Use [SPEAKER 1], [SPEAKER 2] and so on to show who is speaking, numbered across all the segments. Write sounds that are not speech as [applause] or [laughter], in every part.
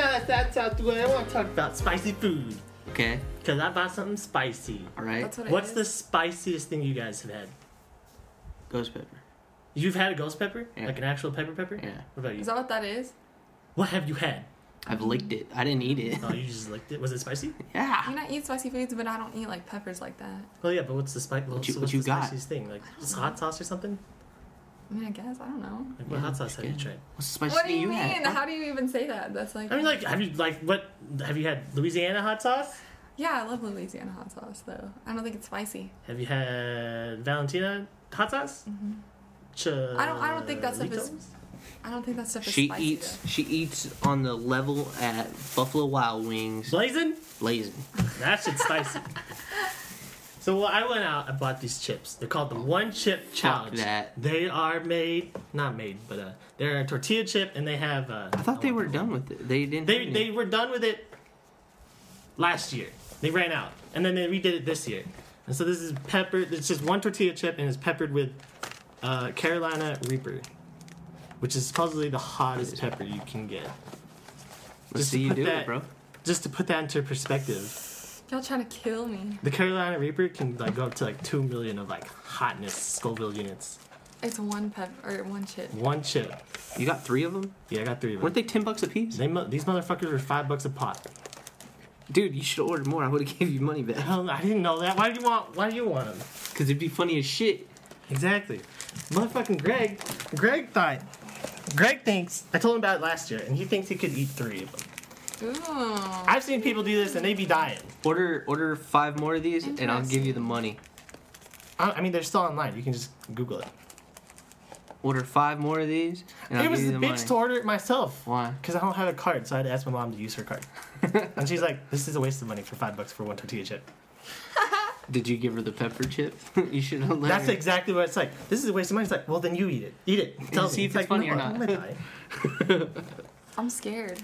[SPEAKER 1] out the way. I want to talk about spicy food
[SPEAKER 2] Okay.
[SPEAKER 1] because I bought something spicy.
[SPEAKER 2] All right.
[SPEAKER 3] That's what it
[SPEAKER 1] What's the
[SPEAKER 3] is.
[SPEAKER 1] spiciest thing you guys have had?
[SPEAKER 2] Ghost pepper.
[SPEAKER 1] You've had a ghost pepper,
[SPEAKER 2] Yeah.
[SPEAKER 1] like an actual pepper pepper.
[SPEAKER 2] Yeah.
[SPEAKER 1] What about you?
[SPEAKER 3] Is that what that is?
[SPEAKER 1] What have you had?
[SPEAKER 2] I've licked it. I didn't eat it.
[SPEAKER 1] Oh, you just licked it. Was it spicy?
[SPEAKER 2] [laughs] yeah.
[SPEAKER 3] You know, I eat spicy foods, but I don't eat like peppers like that.
[SPEAKER 1] Well, yeah, but what's the spice? What's,
[SPEAKER 2] you-
[SPEAKER 1] what's
[SPEAKER 2] what you
[SPEAKER 1] the
[SPEAKER 2] got?
[SPEAKER 1] spiciest thing? Like just hot sauce or something?
[SPEAKER 3] I mean, I guess I don't know.
[SPEAKER 1] Like what
[SPEAKER 2] Yeah,
[SPEAKER 1] hot sauce have you
[SPEAKER 2] yeah.
[SPEAKER 1] tried?
[SPEAKER 2] What's the spiciest
[SPEAKER 3] What do
[SPEAKER 2] thing
[SPEAKER 3] you mean?
[SPEAKER 2] had?
[SPEAKER 3] How do you even say that? That's like.
[SPEAKER 1] I mean, like have you like what? Have you had Louisiana hot sauce?
[SPEAKER 3] Yeah, I love Louisiana hot sauce though. I don't think it's spicy.
[SPEAKER 1] Have you had Valentina hot sauce? Ch-
[SPEAKER 3] Mm-hmm. I don't- I don't think
[SPEAKER 1] Uh,
[SPEAKER 3] that stuff is-
[SPEAKER 1] Litos?
[SPEAKER 3] I don't think that stuff is
[SPEAKER 2] She
[SPEAKER 3] spicy.
[SPEAKER 2] eats. She eats on the level at Buffalo Wild Wings.
[SPEAKER 1] blazing.
[SPEAKER 2] Blazing.
[SPEAKER 1] That shit's spicy. So well, I went out. I bought these chips. They're called the One Chip Challenge.
[SPEAKER 2] that.
[SPEAKER 1] They are made, not made, but uh, they're a tortilla chip, and they have. Uh,
[SPEAKER 2] I thought they were done with it. They didn't.
[SPEAKER 1] They
[SPEAKER 2] have
[SPEAKER 1] they
[SPEAKER 2] any.
[SPEAKER 1] were done with it last year. They ran out, and then they redid it this year. And so this is peppered. It's just one tortilla chip, and it's peppered with uh, Carolina Reaper, which is supposedly the hottest pepper you can get.
[SPEAKER 2] Let's
[SPEAKER 1] just to
[SPEAKER 2] see you
[SPEAKER 1] put
[SPEAKER 2] do
[SPEAKER 1] that-
[SPEAKER 2] it, bro.
[SPEAKER 1] Just to put that into perspective,
[SPEAKER 3] Y'all trying to kill me.
[SPEAKER 1] the Carolina Reaper can like go up to like two million of like hotness Scoville units.
[SPEAKER 3] It's one pepper or one chip.
[SPEAKER 1] One chip.
[SPEAKER 2] You got three of them.
[SPEAKER 1] Yeah, I got three of them.
[SPEAKER 2] Weren't they ten bucks a piece?
[SPEAKER 1] They mo- these motherfuckers were five bucks a pop.
[SPEAKER 2] Dude, you should order more. I would have [laughs] gave you money back.
[SPEAKER 1] Hell, I didn't know that. Why do you want? Why do you want them?
[SPEAKER 2] Cause it'd be funny as shit.
[SPEAKER 1] Exactly. Motherfucking Greg. Greg thought. Greg thinks. I told him about it last year, and he thinks he could eat three of them.
[SPEAKER 3] Ooh.
[SPEAKER 1] I've seen people do this, and they be dying.
[SPEAKER 2] Order order five more of these, and I'll give you the money.
[SPEAKER 1] I, I mean, they're still online. You can just Google it.
[SPEAKER 2] Order five more of these, and I'll
[SPEAKER 1] it was
[SPEAKER 2] give
[SPEAKER 1] the
[SPEAKER 2] you
[SPEAKER 1] bitch
[SPEAKER 2] the money.
[SPEAKER 1] to order it myself.
[SPEAKER 2] Why?
[SPEAKER 1] Because I don't have a card, so I had to ask my mom to use her
[SPEAKER 2] [laughs]
[SPEAKER 1] card. and she's like, "This is a waste of money for five bucks for one tortilla chip."
[SPEAKER 2] Did you give her the pepper chip? [laughs] you should have let
[SPEAKER 1] That's
[SPEAKER 2] her.
[SPEAKER 1] exactly what it's like. This is a waste of money. It's like, well, then you eat it. Eat it. Tell
[SPEAKER 2] see
[SPEAKER 1] me.
[SPEAKER 2] if it's
[SPEAKER 1] like,
[SPEAKER 2] funny or
[SPEAKER 1] no, I'm
[SPEAKER 2] not.
[SPEAKER 1] gonna die.
[SPEAKER 3] I'm scared.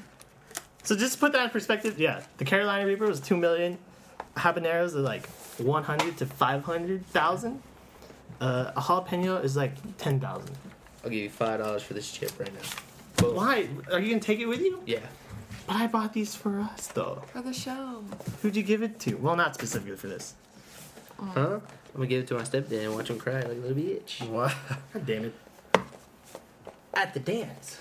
[SPEAKER 1] So just to put that in perspective, yeah, the Carolina Reaper was two million, habaneros are like one hundred to five hundred thousand. Uh, a jalapeno is like ten thousand.
[SPEAKER 2] I'll give you five dollars for this chip right now.
[SPEAKER 1] Why? Are you gonna take it with you?
[SPEAKER 2] Yeah.
[SPEAKER 1] But I bought these for us though.
[SPEAKER 3] For the show.
[SPEAKER 1] Who'd you give it to? Well, not specifically for this. Hmm.
[SPEAKER 2] Huh? I'm gonna give it to my stepdad and watch him cry like a little bitch.
[SPEAKER 1] What? God damn it!
[SPEAKER 2] At the dance.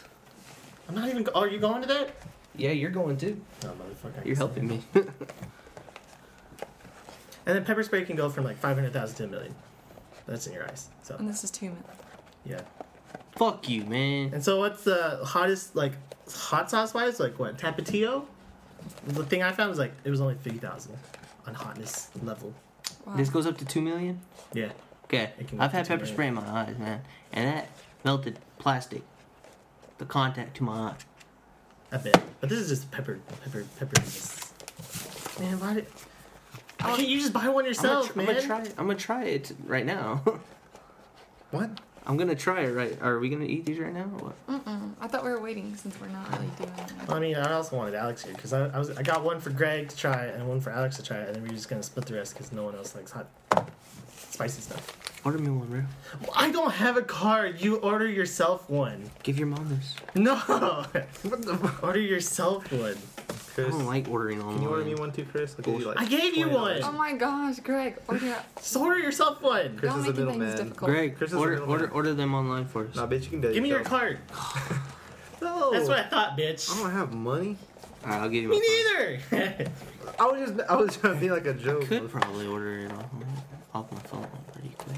[SPEAKER 1] I'm not even. Are you going to that?
[SPEAKER 2] Yeah, you're going too.
[SPEAKER 1] No, motherfucker. I
[SPEAKER 2] You're
[SPEAKER 1] guess
[SPEAKER 2] helping
[SPEAKER 1] not.
[SPEAKER 2] [laughs] me.
[SPEAKER 1] And then pepper spray can go from like five hundred thousand to a million. That's in your eyes. So
[SPEAKER 3] And this is two minutes.
[SPEAKER 1] yeah.
[SPEAKER 2] Fuck you, man.
[SPEAKER 1] And so, what's the hottest, like, hot sauce wise? Like, what? Tapatio? The thing I found was like, it was only 3,000 on hotness level.
[SPEAKER 3] Wow.
[SPEAKER 2] This goes up to two million.
[SPEAKER 1] Yeah.
[SPEAKER 2] Okay.
[SPEAKER 1] It can
[SPEAKER 2] I've
[SPEAKER 1] go
[SPEAKER 2] had
[SPEAKER 1] to two
[SPEAKER 2] pepper spray in my eyes, man, and that melted plastic. The contact to my eye.
[SPEAKER 1] I bet. But this is just pepper, pepper, pepper. Man, why did. Why can't you just buy one
[SPEAKER 2] I'm gonna,
[SPEAKER 1] yourself,
[SPEAKER 2] tr- I'm
[SPEAKER 1] man?
[SPEAKER 2] gonna try it. I'm gonna try it right now. [laughs]
[SPEAKER 1] What?
[SPEAKER 2] I'm gonna try it right. Are we gonna eat these right now? Or what?
[SPEAKER 3] Mm-mm. I thought we were waiting since we're not really doing it.
[SPEAKER 1] I mean, I also wanted Alex here because I, I was I got one for Greg to try and one for Alex to try, and then we were just gonna split the rest because no one else likes hot, spicy stuff.
[SPEAKER 2] Order me one, bro.
[SPEAKER 1] Well, I don't have a card. You order yourself one.
[SPEAKER 2] Give your mom this.
[SPEAKER 1] No. [laughs] Order yourself one.
[SPEAKER 2] I
[SPEAKER 4] Chris,
[SPEAKER 2] don't like ordering online.
[SPEAKER 4] can you order me one too, Chris? I'll give you, like,
[SPEAKER 1] I gave you
[SPEAKER 4] $20.
[SPEAKER 3] Oh
[SPEAKER 1] one.
[SPEAKER 3] my gosh, Greg. Order.
[SPEAKER 1] Just order yourself one.
[SPEAKER 4] Chris
[SPEAKER 3] Y'all
[SPEAKER 4] is the
[SPEAKER 3] making things
[SPEAKER 4] middleman.
[SPEAKER 3] difficult.
[SPEAKER 2] Greg,
[SPEAKER 4] Chris is a
[SPEAKER 2] order
[SPEAKER 4] middleman.
[SPEAKER 2] order order them online for us.
[SPEAKER 4] Nah, bitch, you can do it
[SPEAKER 1] Give me your
[SPEAKER 4] yourself.
[SPEAKER 1] card.
[SPEAKER 4] No.
[SPEAKER 1] That's what I thought, bitch.
[SPEAKER 4] I don't have money.
[SPEAKER 2] All right, I'll give you.
[SPEAKER 1] Me
[SPEAKER 2] my
[SPEAKER 1] [laughs]
[SPEAKER 2] phone.
[SPEAKER 1] neither.
[SPEAKER 4] I was just, I was trying to be like a joke.
[SPEAKER 2] Could probably order it off my, off my phone pretty quick.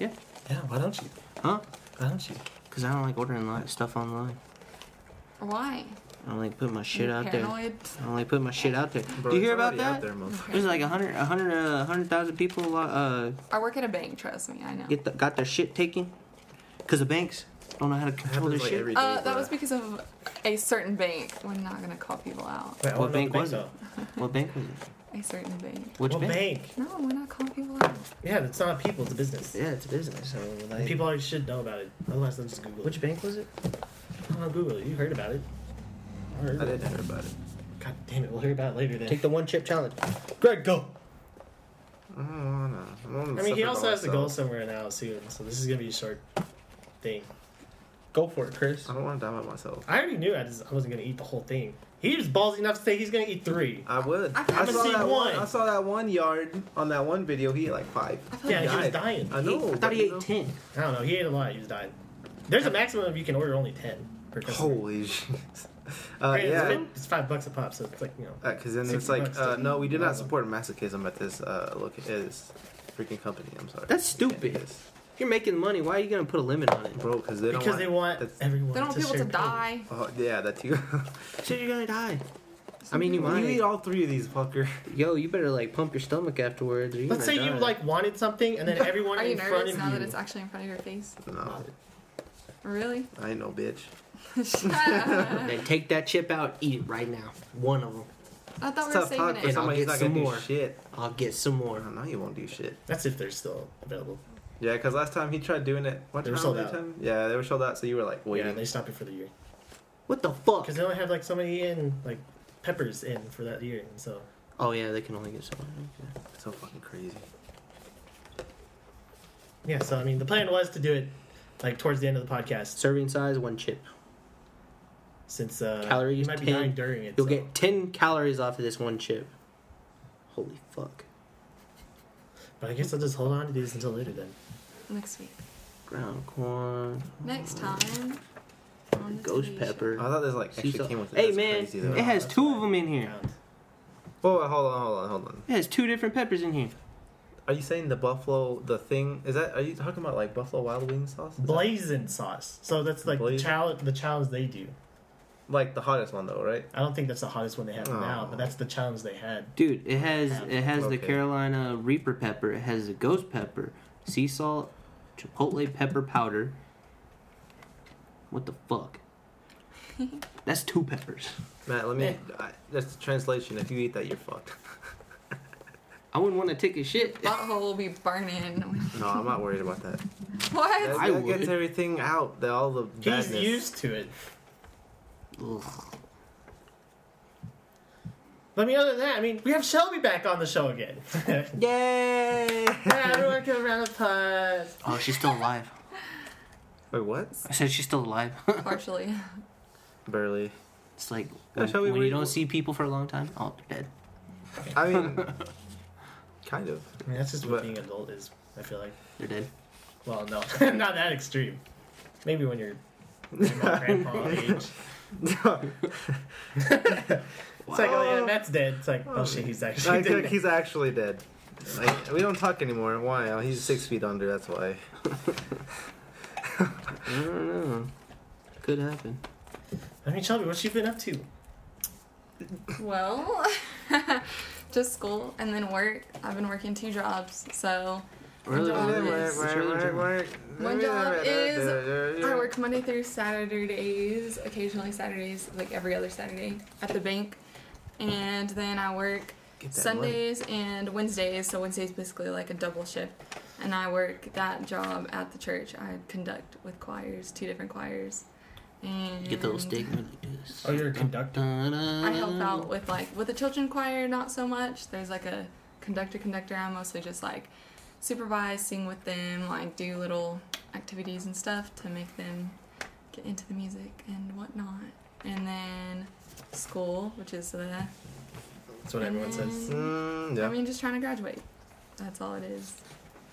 [SPEAKER 2] Yeah,
[SPEAKER 1] yeah, why don't you?
[SPEAKER 2] huh?
[SPEAKER 1] Why don't you?
[SPEAKER 2] Cause I don't like ordering li- stuff online.
[SPEAKER 3] Why?
[SPEAKER 2] I don't like putting my shit
[SPEAKER 3] You
[SPEAKER 2] out there. I
[SPEAKER 3] paranoid.
[SPEAKER 2] don't like putting my shit out there.
[SPEAKER 4] Bro,
[SPEAKER 2] Do you
[SPEAKER 4] it's
[SPEAKER 2] hear about
[SPEAKER 4] already out
[SPEAKER 2] that?
[SPEAKER 4] There, mom.
[SPEAKER 2] There's like a hundred, a hundred, uh, a hundred thousand people lo- uh,
[SPEAKER 3] I work at a bank. Trust me, I know.
[SPEAKER 2] get the, got their shit taken, cause the banks don't know how to control their
[SPEAKER 4] happens, like,
[SPEAKER 2] shit.
[SPEAKER 4] every-
[SPEAKER 3] Uh,
[SPEAKER 4] Bro.
[SPEAKER 3] that was because of a certain bank. We're not gonna call people out.
[SPEAKER 1] Wait, I
[SPEAKER 2] What
[SPEAKER 1] wanna know
[SPEAKER 2] bank
[SPEAKER 1] the
[SPEAKER 2] was it? What bank was it?
[SPEAKER 3] A certain bank.
[SPEAKER 1] though.
[SPEAKER 2] Which
[SPEAKER 1] What bank?
[SPEAKER 3] No, we're not calling people out.
[SPEAKER 1] Yeah, it's not a people, it's a business.
[SPEAKER 2] Yeah, it's a business. So like,
[SPEAKER 1] And people already should know about it. Otherwise, they'll just Google it.
[SPEAKER 2] Which bank was it?
[SPEAKER 1] I don't Google it. You heard about it. I heard
[SPEAKER 4] I
[SPEAKER 1] about
[SPEAKER 4] didn't
[SPEAKER 1] it.
[SPEAKER 4] hear about it.
[SPEAKER 1] God damn it, we'll hear about it later then.
[SPEAKER 2] Take the one chip challenge.
[SPEAKER 1] Greg, go!
[SPEAKER 4] I don't wanna. I, wanna
[SPEAKER 1] I mean, he
[SPEAKER 4] suffer
[SPEAKER 1] also
[SPEAKER 4] by
[SPEAKER 1] has to go
[SPEAKER 4] myself.
[SPEAKER 1] somewhere now soon, so this is gonna be a short thing.
[SPEAKER 2] Go for it, Chris.
[SPEAKER 4] I don't want to die by myself.
[SPEAKER 1] I already knew I, just, I wasn't gonna eat the whole thing. He was ballsy enough to say he's gonna eat three.
[SPEAKER 4] I would.
[SPEAKER 3] I
[SPEAKER 4] I,
[SPEAKER 3] can't even
[SPEAKER 4] saw
[SPEAKER 1] see
[SPEAKER 4] that
[SPEAKER 1] one.
[SPEAKER 4] one. I saw that one yard on that one video. He ate like five.
[SPEAKER 1] Yeah, he was dying.
[SPEAKER 4] I know.
[SPEAKER 2] I thought
[SPEAKER 4] but,
[SPEAKER 2] he
[SPEAKER 4] you
[SPEAKER 2] ate
[SPEAKER 4] know.
[SPEAKER 2] ten.
[SPEAKER 1] I don't know. He ate a lot. He was dying. There's a maximum of you can order only ten per customer.
[SPEAKER 4] Holy [laughs] shit. Uh,
[SPEAKER 1] Right, it's,
[SPEAKER 4] yeah.
[SPEAKER 1] fif- it's five bucks a pop, so it's like you know.
[SPEAKER 4] Because then it's
[SPEAKER 1] 60
[SPEAKER 4] like,
[SPEAKER 1] bucks
[SPEAKER 4] uh,
[SPEAKER 1] to
[SPEAKER 4] no, we do
[SPEAKER 1] all
[SPEAKER 4] not
[SPEAKER 1] of them.
[SPEAKER 4] support masochism at this uh, look at this freaking company. I'm sorry.
[SPEAKER 2] That's stupid.
[SPEAKER 4] Yes.
[SPEAKER 2] If you're making money, why are you gonna put a limit on it?
[SPEAKER 4] Bro, because they don't
[SPEAKER 1] Because
[SPEAKER 4] want,
[SPEAKER 1] they want
[SPEAKER 4] that's-
[SPEAKER 1] everyone.
[SPEAKER 3] They don't want people
[SPEAKER 1] share
[SPEAKER 3] to
[SPEAKER 1] pain.
[SPEAKER 3] die.
[SPEAKER 4] Oh yeah, that too. [laughs]
[SPEAKER 2] Shit, you're gonna die.
[SPEAKER 3] Some
[SPEAKER 2] I mean, you
[SPEAKER 3] people-
[SPEAKER 4] you
[SPEAKER 2] might.
[SPEAKER 4] eat all three of these, fucker.
[SPEAKER 2] Yo, you better like pump your stomach afterwards. Or you're
[SPEAKER 1] Let's say
[SPEAKER 2] gonna
[SPEAKER 1] you
[SPEAKER 2] die.
[SPEAKER 1] like wanted something, and then everyone
[SPEAKER 3] [laughs] Are you
[SPEAKER 1] in front
[SPEAKER 3] nervous
[SPEAKER 1] of
[SPEAKER 3] now
[SPEAKER 1] you.
[SPEAKER 3] that it's actually in front of
[SPEAKER 2] [laughs]
[SPEAKER 3] your face?
[SPEAKER 4] No,
[SPEAKER 3] Really? [laughs]
[SPEAKER 4] I ain't no bitch.
[SPEAKER 3] Shut up.
[SPEAKER 2] Then take that chip out, eat it right now. One of them.
[SPEAKER 3] I thought we
[SPEAKER 4] It's
[SPEAKER 3] were
[SPEAKER 4] tough talk
[SPEAKER 3] saving it.
[SPEAKER 4] for
[SPEAKER 2] some-
[SPEAKER 4] somebody who's
[SPEAKER 2] I'll get
[SPEAKER 4] not gonna
[SPEAKER 2] some
[SPEAKER 4] do
[SPEAKER 2] more.
[SPEAKER 4] shit.
[SPEAKER 2] I'll get some
[SPEAKER 4] I
[SPEAKER 2] more.
[SPEAKER 4] know you won't do shit.
[SPEAKER 1] That's if they're still available.
[SPEAKER 4] Yeah, because last time he tried doing it, what
[SPEAKER 1] They were
[SPEAKER 4] time?
[SPEAKER 1] sold
[SPEAKER 4] was it
[SPEAKER 1] out.
[SPEAKER 4] time? Yeah, they were sold out. So you were like
[SPEAKER 1] Yeah,
[SPEAKER 4] waiting.
[SPEAKER 1] they stopped it for the year
[SPEAKER 2] What the fuck?
[SPEAKER 1] because they only have like so many in like peppers in for that year, and so
[SPEAKER 2] Oh yeah, they can only get so much. Okay.
[SPEAKER 4] so fucking crazy.
[SPEAKER 1] yeah. So I mean, the plan was to do it like towards the end of the podcast,
[SPEAKER 2] Serving size, one chip.
[SPEAKER 1] since uh,
[SPEAKER 2] Calories,
[SPEAKER 1] you might be
[SPEAKER 2] 10.
[SPEAKER 1] dying during it.
[SPEAKER 2] You'll
[SPEAKER 1] so.
[SPEAKER 2] get ten calories off of this one chip. Holy fuck.
[SPEAKER 1] But I guess I'll just hold on to these until later then.
[SPEAKER 3] Next week.
[SPEAKER 2] Ground corn.
[SPEAKER 3] Next time. on the
[SPEAKER 2] Ghost
[SPEAKER 3] TV show.
[SPEAKER 4] I
[SPEAKER 2] pepper.
[SPEAKER 4] thought this like actually
[SPEAKER 2] She's-
[SPEAKER 4] came with it.
[SPEAKER 2] Hey
[SPEAKER 4] That's
[SPEAKER 2] man, [laughs]
[SPEAKER 4] crazy, though.
[SPEAKER 2] it has
[SPEAKER 1] That's
[SPEAKER 2] two
[SPEAKER 1] why
[SPEAKER 2] of them in
[SPEAKER 1] I
[SPEAKER 2] here.
[SPEAKER 1] found-
[SPEAKER 4] Whoa, wait, hold on, hold on, hold on.
[SPEAKER 2] It has two different peppers in here.
[SPEAKER 4] Are you saying the buffalo, the thing? Is that? Are you talking about like buffalo wild wing sauce? Is that-
[SPEAKER 1] Blazing sauce. So that's like the
[SPEAKER 4] Blazing?
[SPEAKER 1] challenge. The challenge they do.
[SPEAKER 4] like the hottest one though, right?
[SPEAKER 1] I don't think that's the hottest one they have now,
[SPEAKER 4] Oh.
[SPEAKER 1] but that's the challenge they had.
[SPEAKER 2] Dude, it has it has the
[SPEAKER 4] Okay.
[SPEAKER 2] Carolina Reaper pepper, it has the ghost pepper, sea salt, chipotle pepper powder. What the [laughs] fuck? That's two peppers.
[SPEAKER 4] Matt, let me. I, that's the translation. If you eat that, you're fucked.
[SPEAKER 2] I wouldn't want to take a shit.
[SPEAKER 3] Butthole will be burning.
[SPEAKER 4] [laughs]
[SPEAKER 3] [laughs]
[SPEAKER 4] No, I'm not worried about that. That,
[SPEAKER 3] what?
[SPEAKER 2] I
[SPEAKER 4] that gets
[SPEAKER 2] would.
[SPEAKER 4] everything out. The, all the
[SPEAKER 1] He's
[SPEAKER 4] badness.
[SPEAKER 1] used to it.
[SPEAKER 2] Ugh.
[SPEAKER 1] But I mean, other than that, I mean, we have Shelby back on the show
[SPEAKER 4] [laughs]
[SPEAKER 1] again. [laughs] yeah,
[SPEAKER 4] Yay!
[SPEAKER 1] everyone give a round of applause.
[SPEAKER 2] Oh, she's still alive.
[SPEAKER 4] Wait, what?
[SPEAKER 2] I said she's still alive. [laughs]
[SPEAKER 3] Partially. [laughs]
[SPEAKER 4] Barely.
[SPEAKER 2] it's like
[SPEAKER 4] Yeah,
[SPEAKER 2] when,
[SPEAKER 4] shall we
[SPEAKER 2] when you
[SPEAKER 4] wait-
[SPEAKER 2] don't see people for a long time. Oh, they're dead.
[SPEAKER 4] I mean, [laughs] kind [laughs] of.
[SPEAKER 1] I mean, that's just what
[SPEAKER 4] But-
[SPEAKER 1] being adult is. I feel like.
[SPEAKER 2] They're dead.
[SPEAKER 1] Well, no, [laughs] not that extreme. Maybe when
[SPEAKER 4] [laughs]
[SPEAKER 1] you're grandma, grandpa age. [laughs] It's like, oh yeah, Matt's dead. It's like, oh shit, he's actually
[SPEAKER 4] like,
[SPEAKER 1] dead.
[SPEAKER 4] like, he's actually dead. Like, we don't talk anymore. Why? Oh, he's six feet under. That's why.
[SPEAKER 2] I don't know. Could happen.
[SPEAKER 1] I mean, Shelby, what you been up to?
[SPEAKER 3] Well, [laughs] just school and then work. I've been working two jobs, so
[SPEAKER 2] Really?
[SPEAKER 3] job
[SPEAKER 2] really-
[SPEAKER 3] is-
[SPEAKER 2] it's really-
[SPEAKER 3] One job is- I work Monday through Saturdays, occasionally Saturdays, like every other Saturday at the bank, and then I work
[SPEAKER 4] Get that
[SPEAKER 3] Sundays and Wednesdays. So Wednesday's basically like a double shift, and I work that job at the church. I conduct with choirs, two different choirs, and
[SPEAKER 2] Get the little stick. and you do this.
[SPEAKER 1] Oh, you're a conductor.
[SPEAKER 2] Da-da.
[SPEAKER 3] I help out with like with the children choir, not so much. There's like a conductor, conductor. I mostly just like supervise, sing with them, like do little activities and stuff to make them get into the music and whatnot. And then school, which is the
[SPEAKER 1] That's what everyone says.
[SPEAKER 4] Mm, yeah.
[SPEAKER 3] I mean, just trying to graduate. That's all it is.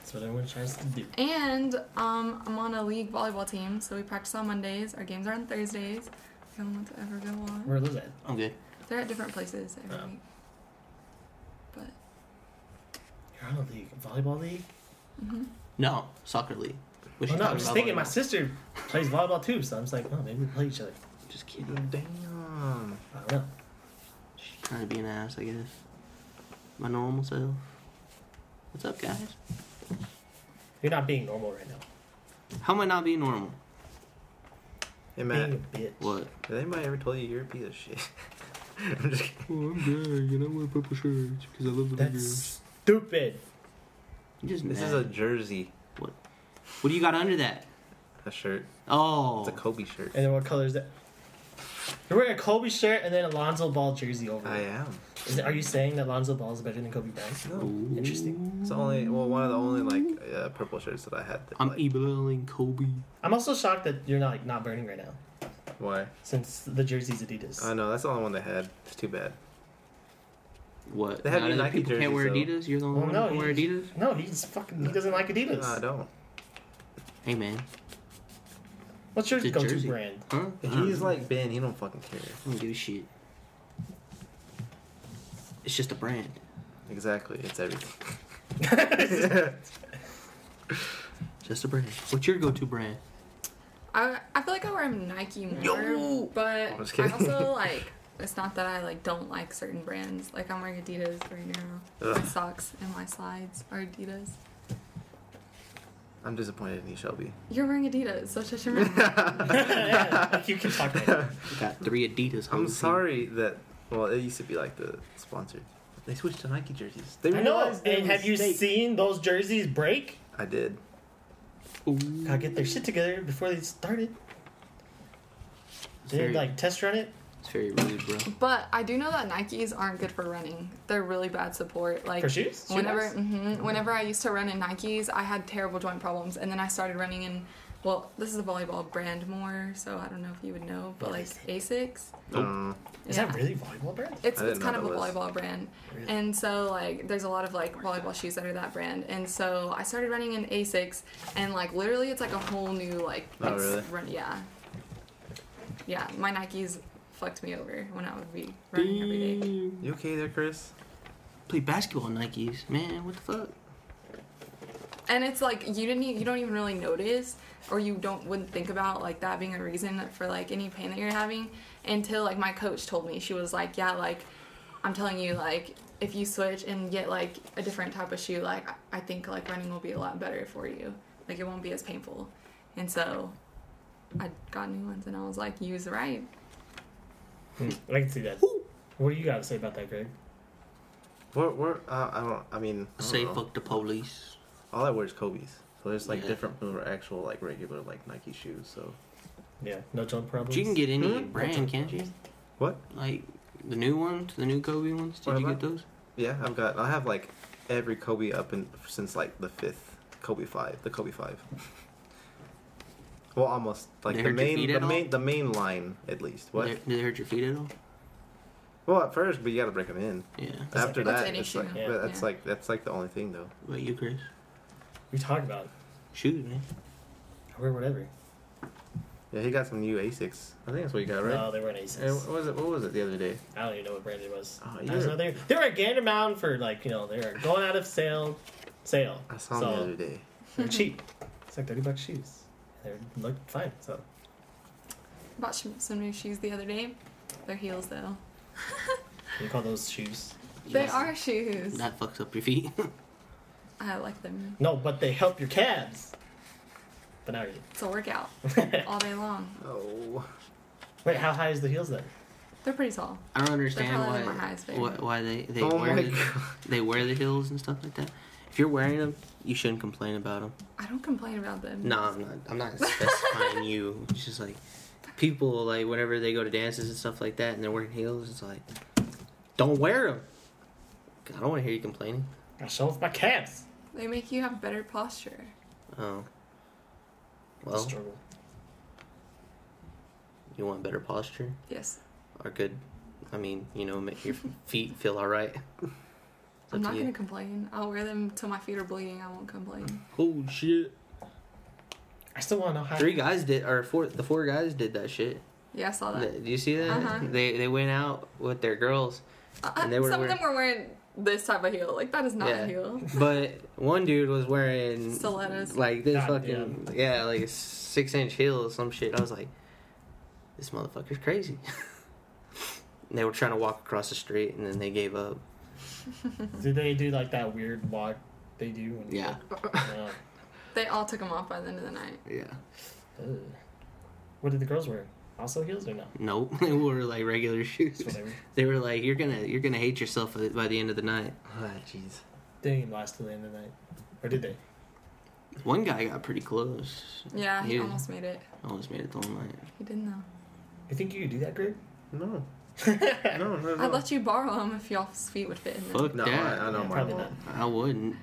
[SPEAKER 1] That's what everyone tries to do.
[SPEAKER 3] And um, I'm on a league volleyball team, so we practice on Mondays. Our games are on Thursdays. If you want to ever go on.
[SPEAKER 1] Where was that?
[SPEAKER 2] I'm good.
[SPEAKER 3] They're at different places every
[SPEAKER 1] Oh.
[SPEAKER 3] week. But
[SPEAKER 1] You're on a league, a volleyball league.
[SPEAKER 3] Mm-hmm.
[SPEAKER 2] No, soccer league. We
[SPEAKER 1] Well,
[SPEAKER 2] should
[SPEAKER 1] no,
[SPEAKER 2] talk
[SPEAKER 1] I'm just
[SPEAKER 2] about
[SPEAKER 1] thinking. My
[SPEAKER 2] volleyball.
[SPEAKER 1] sister plays volleyball too, so I'm just like, oh, maybe we play each other.
[SPEAKER 2] Just kidding.
[SPEAKER 4] Damn.
[SPEAKER 1] I don't know.
[SPEAKER 2] She's trying to be an ass, I guess. My normal self. What's up, guys?
[SPEAKER 1] You're not being normal right now.
[SPEAKER 2] How am I not being normal?
[SPEAKER 4] Hey Matt,
[SPEAKER 1] Being a bitch.
[SPEAKER 2] What?
[SPEAKER 4] did anybody ever tell you you're a piece of shit? [laughs] I'm just kidding.
[SPEAKER 5] Oh, I'm gay and I wear purple shirts because I love the
[SPEAKER 1] That's
[SPEAKER 5] girls.
[SPEAKER 1] stupid.
[SPEAKER 2] You just
[SPEAKER 4] This
[SPEAKER 2] mad.
[SPEAKER 4] is a jersey,
[SPEAKER 2] What do you got under that?
[SPEAKER 4] a shirt.
[SPEAKER 2] Oh.
[SPEAKER 4] It's a Kobe shirt.
[SPEAKER 1] And then what color is that? You're wearing a Kobe shirt and then a Lonzo Ball jersey over
[SPEAKER 4] I
[SPEAKER 1] it.
[SPEAKER 4] am.
[SPEAKER 1] Is it- are you saying that Lonzo Ball is better than Kobe Bryant?
[SPEAKER 4] No,
[SPEAKER 2] Ooh.
[SPEAKER 1] Interesting.
[SPEAKER 4] it's only well one of the only like uh, purple shirts that I had. That,
[SPEAKER 1] e-
[SPEAKER 2] I'm
[SPEAKER 4] like,
[SPEAKER 2] emailing Kobe.
[SPEAKER 1] I'm also shocked that you're not like, not burning right now.
[SPEAKER 4] Why?
[SPEAKER 1] since the jersey's Adidas.
[SPEAKER 4] I know that's the only one they had. It's too bad.
[SPEAKER 2] What?
[SPEAKER 4] They have
[SPEAKER 2] Not
[SPEAKER 4] new
[SPEAKER 2] other
[SPEAKER 4] Nike
[SPEAKER 2] people can't wear
[SPEAKER 4] jerseys, though.
[SPEAKER 2] Adidas. You're the only
[SPEAKER 1] Well,
[SPEAKER 2] one
[SPEAKER 1] no,
[SPEAKER 2] who can wear
[SPEAKER 1] you-
[SPEAKER 2] Adidas.
[SPEAKER 1] no, he's fucking. He doesn't like Adidas.
[SPEAKER 4] No, I don't.
[SPEAKER 2] Hey man,
[SPEAKER 1] What's your
[SPEAKER 2] It's a
[SPEAKER 1] go-to
[SPEAKER 2] jersey.
[SPEAKER 1] brand?
[SPEAKER 2] huh?
[SPEAKER 4] If
[SPEAKER 2] I don't
[SPEAKER 4] he's
[SPEAKER 2] know.
[SPEAKER 4] like Ben, he don't fucking care.
[SPEAKER 2] I don't give a shit. It's just a brand.
[SPEAKER 4] Exactly. It's everything. [laughs]
[SPEAKER 2] [laughs]
[SPEAKER 1] [laughs]
[SPEAKER 2] Just a brand. What's your go-to brand?
[SPEAKER 3] I, I feel like I wear Nike more, but
[SPEAKER 4] I'm just
[SPEAKER 3] I
[SPEAKER 4] kidding. [laughs]
[SPEAKER 3] also like. It's not that I like don't like certain brands. Like I'm wearing Adidas right now. My
[SPEAKER 4] Ugh.
[SPEAKER 3] socks and my slides are Adidas.
[SPEAKER 4] I'm disappointed in you, Shelby.
[SPEAKER 3] You're wearing Adidas, so shut your mouth.
[SPEAKER 1] [laughs]
[SPEAKER 4] [laughs]
[SPEAKER 1] yeah, like you can talk right now.
[SPEAKER 2] You got three Adidas. on the
[SPEAKER 4] I'm
[SPEAKER 2] team.
[SPEAKER 4] sorry that. Well, it used to be like the sponsor. They switched to Nike jerseys. They
[SPEAKER 1] I know.
[SPEAKER 4] realized their
[SPEAKER 1] And have you
[SPEAKER 4] mistake.
[SPEAKER 1] seen those jerseys break?
[SPEAKER 4] I did.
[SPEAKER 2] Ooh.
[SPEAKER 1] Gotta get their shit together before they started.
[SPEAKER 2] It's
[SPEAKER 1] They
[SPEAKER 2] very,
[SPEAKER 1] like test run it
[SPEAKER 2] it's very rude, bro.
[SPEAKER 3] But I do know that Nikes aren't good for running. They're really bad support. Like
[SPEAKER 1] for shoes. Shoe
[SPEAKER 3] whenever
[SPEAKER 1] box?
[SPEAKER 3] mhm, whenever I used to run in Nikes, I had terrible joint problems, and then I started running in. Well, this is a volleyball brand more, so I don't know if you would know, but
[SPEAKER 1] What
[SPEAKER 3] like
[SPEAKER 1] is
[SPEAKER 3] Asics.
[SPEAKER 4] Um,
[SPEAKER 1] is
[SPEAKER 3] Yeah.
[SPEAKER 1] that really volleyball brand?
[SPEAKER 3] It's,
[SPEAKER 4] I didn't
[SPEAKER 3] it's kind
[SPEAKER 4] know
[SPEAKER 3] of a
[SPEAKER 4] that was.
[SPEAKER 3] volleyball brand.
[SPEAKER 1] Really?
[SPEAKER 3] And so, like, there's a lot of, like, volleyball shoes that are that brand. And so I started running in Asics, and, like, literally it's, like, a whole new, like,
[SPEAKER 4] Oh,
[SPEAKER 3] it's
[SPEAKER 4] really?
[SPEAKER 3] run- yeah. Yeah, my Nikes fucked me over when I would be running every day.
[SPEAKER 4] you okay there, Chris?
[SPEAKER 2] Play basketball in Nikes, man. What the fuck?
[SPEAKER 3] And it's, like, you didn't, e- you don't even really notice, or you don't, wouldn't think about, like, that being a reason for, like, any pain that you're having until, like, my coach told me. She was like, yeah, like, I'm telling you, like, if you switch and get like a different type of shoe, like I- I think like running will be a lot better for you. Like it won't be as painful. And so I got new ones and I was like, you was right.
[SPEAKER 2] Hmm.
[SPEAKER 1] I can see that. What do you gotta say about that, Greg?
[SPEAKER 4] We're, we're uh, I don't. I mean, I don't
[SPEAKER 2] Say
[SPEAKER 4] know.
[SPEAKER 2] fuck the police.
[SPEAKER 4] All I wear is Kobe's. So there's like
[SPEAKER 2] Yeah.
[SPEAKER 4] different from our actual like regular like Nike shoes. So
[SPEAKER 1] Yeah, no jump
[SPEAKER 2] But
[SPEAKER 1] problems.
[SPEAKER 2] you can get any
[SPEAKER 4] Hmm?
[SPEAKER 2] brand, can't you?
[SPEAKER 4] What?
[SPEAKER 2] Like the new ones, the new Kobe ones. Did
[SPEAKER 4] What
[SPEAKER 2] you
[SPEAKER 4] am
[SPEAKER 2] get those?
[SPEAKER 4] yeah, I've got. I have like every Kobe up in since like the fifth Kobe five, the Kobe five. Well, almost like
[SPEAKER 2] They
[SPEAKER 4] the
[SPEAKER 2] hurt your
[SPEAKER 4] main,
[SPEAKER 2] feet
[SPEAKER 4] the
[SPEAKER 2] at all?
[SPEAKER 4] main, the main line at least. What?
[SPEAKER 2] Did they, did they hurt your feet at all?
[SPEAKER 4] Well, at first, but you gotta break them in.
[SPEAKER 2] Yeah.
[SPEAKER 1] like
[SPEAKER 4] After
[SPEAKER 3] That's
[SPEAKER 4] that,
[SPEAKER 3] any
[SPEAKER 4] it's
[SPEAKER 3] shoe.
[SPEAKER 4] like,
[SPEAKER 1] Yeah.
[SPEAKER 4] but that's
[SPEAKER 3] Yeah.
[SPEAKER 4] like that's like the only thing though.
[SPEAKER 2] What about you, Chris?
[SPEAKER 1] We talk about it.
[SPEAKER 2] Shoes, man.
[SPEAKER 1] I wear whatever.
[SPEAKER 4] Yeah, he got some new Asics. I think that's what you got, right?
[SPEAKER 1] No, Oh, they weren't
[SPEAKER 4] Eh,
[SPEAKER 1] Asics.
[SPEAKER 4] what was it? What was it the other day?
[SPEAKER 1] I don't even know what brand it was.
[SPEAKER 2] Ah,
[SPEAKER 4] Oh,
[SPEAKER 1] I
[SPEAKER 4] you
[SPEAKER 1] just
[SPEAKER 4] were-
[SPEAKER 1] know they, they were at Gander Mountain for like you know they were going out of sale, sale.
[SPEAKER 4] I saw him
[SPEAKER 1] so
[SPEAKER 4] the other day.
[SPEAKER 1] they're cheap. It's like thirty bucks shoes. They looked fine. So
[SPEAKER 3] Bought sh- some new shoes the other day. They're heels though. [laughs]
[SPEAKER 1] you call those shoes?
[SPEAKER 3] They are shoes.
[SPEAKER 2] That fucks up your feet. [laughs]
[SPEAKER 3] I like them.
[SPEAKER 1] No, but they help your calves. But now you're.
[SPEAKER 3] It's a workout all day long.
[SPEAKER 4] Oh,
[SPEAKER 1] [laughs] Wait, how high is the heels then?
[SPEAKER 3] They're pretty tall.
[SPEAKER 2] I don't understand
[SPEAKER 3] probably my
[SPEAKER 2] why,
[SPEAKER 3] highest favorite.
[SPEAKER 2] why why they they
[SPEAKER 4] oh
[SPEAKER 2] wear
[SPEAKER 4] my
[SPEAKER 2] the,
[SPEAKER 4] god!
[SPEAKER 2] they wear the heels and stuff like that. If you're wearing them, you shouldn't complain about them.
[SPEAKER 3] I don't complain about them.
[SPEAKER 2] No, I'm not. I'm not specifying you. It's just like people like whenever they go to dances and stuff like that, and they're wearing heels. It's like, don't wear them. I don't want to hear you complaining.
[SPEAKER 1] I show off my calves.
[SPEAKER 3] They make you have better posture.
[SPEAKER 2] Oh, well,
[SPEAKER 1] Struggle.
[SPEAKER 2] you want better posture
[SPEAKER 3] Yes.
[SPEAKER 2] or good. I mean, you know, make your feet feel all right. It's up
[SPEAKER 3] I'm
[SPEAKER 2] to
[SPEAKER 3] not
[SPEAKER 2] you.
[SPEAKER 3] going to complain. I'll wear them till my feet are bleeding. I won't complain.
[SPEAKER 2] Oh shit!
[SPEAKER 1] I still want to know how.
[SPEAKER 2] Three guys did, or four. The four guys did that shit.
[SPEAKER 3] Yeah, I saw that.
[SPEAKER 2] Th- Do you see that?
[SPEAKER 3] Uh-huh.
[SPEAKER 2] They they went out with their girls,
[SPEAKER 3] Uh,
[SPEAKER 2] And they were
[SPEAKER 3] some
[SPEAKER 2] wearing-
[SPEAKER 3] of them were wearing this type of heel. Like that is not
[SPEAKER 2] Yeah.
[SPEAKER 3] a heel.
[SPEAKER 2] but one dude was wearing
[SPEAKER 3] Stilettos.
[SPEAKER 2] like this
[SPEAKER 1] God
[SPEAKER 2] fucking yeah, like a six inch heel or some shit. I was like, this motherfucker's crazy. [laughs] And they were trying to walk across the street, and then they gave up.
[SPEAKER 1] Did they do like that weird walk they do? When
[SPEAKER 2] Yeah. [laughs]
[SPEAKER 1] Yeah.
[SPEAKER 3] They all took them off by the end of the night.
[SPEAKER 2] Yeah.
[SPEAKER 1] Ugh. What did the girls wear? Also heels or no?
[SPEAKER 2] Nope. [laughs] they wore like regular shoes.
[SPEAKER 1] It's whatever.
[SPEAKER 2] They were like, you're gonna you're gonna hate yourself by the end of the night.
[SPEAKER 4] Ah, jeez.
[SPEAKER 1] They didn't even last till the end of the night, or did they?
[SPEAKER 2] One guy got pretty close.
[SPEAKER 3] Yeah, he
[SPEAKER 2] Yeah.
[SPEAKER 3] almost made it.
[SPEAKER 2] Almost made it the whole night.
[SPEAKER 3] He didn't though.
[SPEAKER 1] You think you could do that, Greg? [laughs]
[SPEAKER 4] No, no, no, no.
[SPEAKER 3] I'd let you borrow them if y'all's feet would fit in them.
[SPEAKER 2] Fuck
[SPEAKER 4] no,
[SPEAKER 2] that.
[SPEAKER 4] I, I know
[SPEAKER 1] Yeah,
[SPEAKER 4] mine.
[SPEAKER 1] probably
[SPEAKER 4] won't.
[SPEAKER 2] I wouldn't.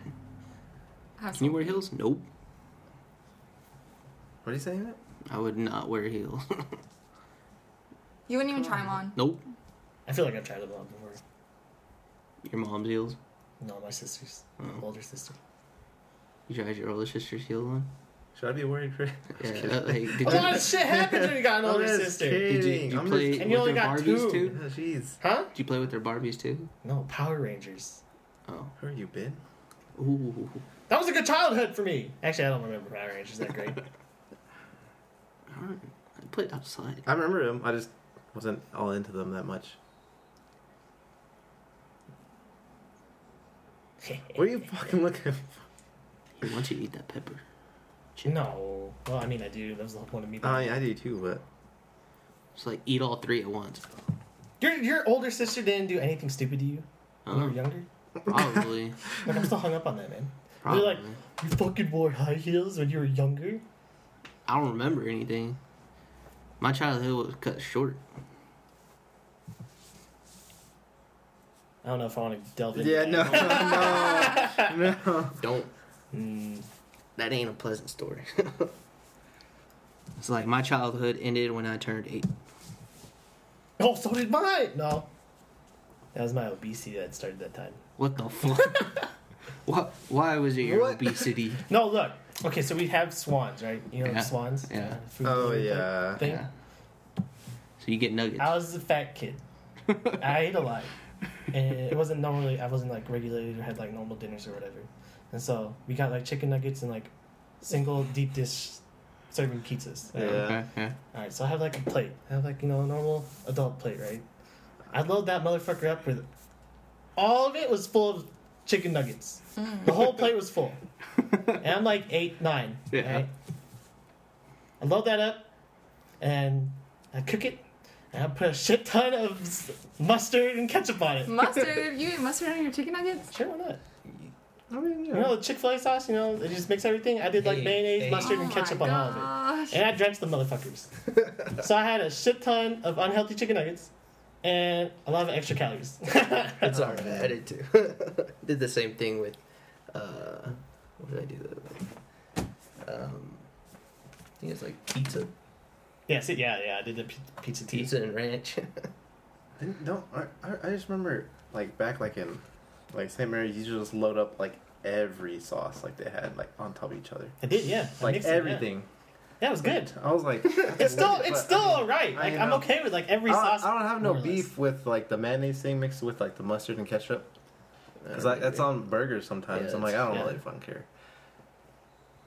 [SPEAKER 3] Have
[SPEAKER 2] Can you wear
[SPEAKER 3] some-
[SPEAKER 2] heels? Nope.
[SPEAKER 4] What are you saying? Matt?
[SPEAKER 2] I would not wear heels.
[SPEAKER 3] You wouldn't even try them on.
[SPEAKER 2] [laughs] Nope.
[SPEAKER 1] I feel like I've tried them on before.
[SPEAKER 2] Your mom's heels.
[SPEAKER 1] No, my sister's
[SPEAKER 2] Oh.
[SPEAKER 1] older sister.
[SPEAKER 2] You tried your older sister's heel one.
[SPEAKER 4] Should I be worried for?
[SPEAKER 1] [laughs]
[SPEAKER 2] Yeah. Like, did Oh, you,
[SPEAKER 1] A lot of Oh, shit happens when you
[SPEAKER 2] [laughs]
[SPEAKER 1] got an
[SPEAKER 4] I'm
[SPEAKER 1] older
[SPEAKER 4] just
[SPEAKER 1] sister.
[SPEAKER 4] kidding.
[SPEAKER 2] did you,
[SPEAKER 4] kidding.
[SPEAKER 2] you
[SPEAKER 4] I'm
[SPEAKER 2] play
[SPEAKER 4] just-
[SPEAKER 1] And you
[SPEAKER 2] with
[SPEAKER 1] only
[SPEAKER 2] their
[SPEAKER 1] got
[SPEAKER 2] Barbies
[SPEAKER 1] two.
[SPEAKER 4] Oh,
[SPEAKER 2] too?
[SPEAKER 4] jeez.
[SPEAKER 1] Huh?
[SPEAKER 2] Did you play with their Barbies too?
[SPEAKER 1] No, Power Rangers.
[SPEAKER 2] Oh.
[SPEAKER 4] Where have you been?
[SPEAKER 2] Ooh.
[SPEAKER 1] That was a good childhood for me. Actually, I don't remember Power Rangers that great.
[SPEAKER 2] [laughs] Alright. I played outside.
[SPEAKER 4] I remember them. I just wasn't all into them that much. What are you fucking looking for?
[SPEAKER 2] Why don't you eat that pepper?
[SPEAKER 1] no. Well, I mean, I do. That was the whole point of me.
[SPEAKER 4] Oh, yeah, I do too, but
[SPEAKER 2] It's like eat all three at once.
[SPEAKER 1] Your your older sister didn't do anything stupid to you when you
[SPEAKER 2] Oh,
[SPEAKER 1] were younger. [laughs]
[SPEAKER 2] probably.
[SPEAKER 1] Like I'm still hung up on that, man.
[SPEAKER 2] Probably.
[SPEAKER 1] like- You fucking wore high heels when you were younger.
[SPEAKER 2] I don't remember anything. My childhood was cut short.
[SPEAKER 1] I don't know if I want to delve into.
[SPEAKER 4] yeah,
[SPEAKER 1] that.
[SPEAKER 4] no,
[SPEAKER 3] [laughs]
[SPEAKER 4] no, [laughs] no.
[SPEAKER 2] Don't.
[SPEAKER 1] Mm,
[SPEAKER 2] That ain't a pleasant story. it's like my childhood ended when I turned eight.
[SPEAKER 1] Oh, so did mine. No, that was my obesity that started that time.
[SPEAKER 2] What
[SPEAKER 1] [laughs]
[SPEAKER 2] the fuck? what? Why was it your
[SPEAKER 4] What?
[SPEAKER 2] obesity?
[SPEAKER 1] No, look. Okay, so we have swans, right? You know
[SPEAKER 2] Yeah.
[SPEAKER 1] swans.
[SPEAKER 2] Yeah.
[SPEAKER 1] Uh, food
[SPEAKER 4] Oh
[SPEAKER 1] delivery
[SPEAKER 4] yeah.
[SPEAKER 1] Thing.
[SPEAKER 2] Yeah. So you get nuggets.
[SPEAKER 1] I was a fat kid. I ate a lot, and it wasn't normally. I wasn't like regulated or had like normal dinners or whatever. And so we got like chicken nuggets and like single deep dish serving pizzas. right?
[SPEAKER 4] Yeah.
[SPEAKER 2] Okay, yeah.
[SPEAKER 1] All right, so I have like a plate. I have like you know a normal adult plate, right? I load that motherfucker up with all of it was full of chicken nuggets.
[SPEAKER 3] Mm.
[SPEAKER 1] The whole plate was full, and I'm like eight, nine.
[SPEAKER 2] Yeah.
[SPEAKER 1] Right? I load that up, and I cook it, and I put a shit ton of s- mustard and ketchup on it.
[SPEAKER 3] Mustard. you eat mustard on your chicken nuggets?
[SPEAKER 1] Sure, why not?
[SPEAKER 4] I mean,
[SPEAKER 1] You know the Chick Fil A sauce. You know it just makes everything. I did like
[SPEAKER 2] Hey,
[SPEAKER 1] mayonnaise,
[SPEAKER 2] hey.
[SPEAKER 1] mustard, and
[SPEAKER 3] my
[SPEAKER 1] ketchup on all of it.
[SPEAKER 3] gosh.
[SPEAKER 1] And I drenched the motherfuckers.
[SPEAKER 2] [laughs]
[SPEAKER 1] so I had a shit ton of unhealthy chicken nuggets and a lot of extra calories. [laughs]
[SPEAKER 2] [laughs]
[SPEAKER 4] Oh,
[SPEAKER 2] That's alright. I did too. did the same thing with, uh, what did I do that with? Um, I think it's like pizza,
[SPEAKER 1] yeah, see, yeah, yeah. I did the pi- pizza tea.
[SPEAKER 2] pizza and ranch. [laughs]
[SPEAKER 4] I didn't- No, I, I- I just remember like back like in like St. Mary's, you used to just load up like every sauce like they had like on top of each other,
[SPEAKER 1] I did, yeah. I
[SPEAKER 4] like
[SPEAKER 1] mixed it, yeah.
[SPEAKER 4] everything.
[SPEAKER 1] That was good.
[SPEAKER 4] I was like,
[SPEAKER 1] [laughs] It's still,
[SPEAKER 4] but,
[SPEAKER 1] it's still
[SPEAKER 4] I mean,
[SPEAKER 1] alright.
[SPEAKER 4] I
[SPEAKER 1] Like I'm
[SPEAKER 4] know.
[SPEAKER 1] okay with like
[SPEAKER 4] I
[SPEAKER 1] every
[SPEAKER 4] don't,
[SPEAKER 1] sauce.
[SPEAKER 4] I don't have no
[SPEAKER 1] more or less.
[SPEAKER 4] beef with like the mayonnaise thing mixed with like the mustard and ketchup. Cause like that's on burgers sometimes.
[SPEAKER 2] Yeah,
[SPEAKER 4] I'm like, I don't
[SPEAKER 1] yeah.
[SPEAKER 4] really fucking care.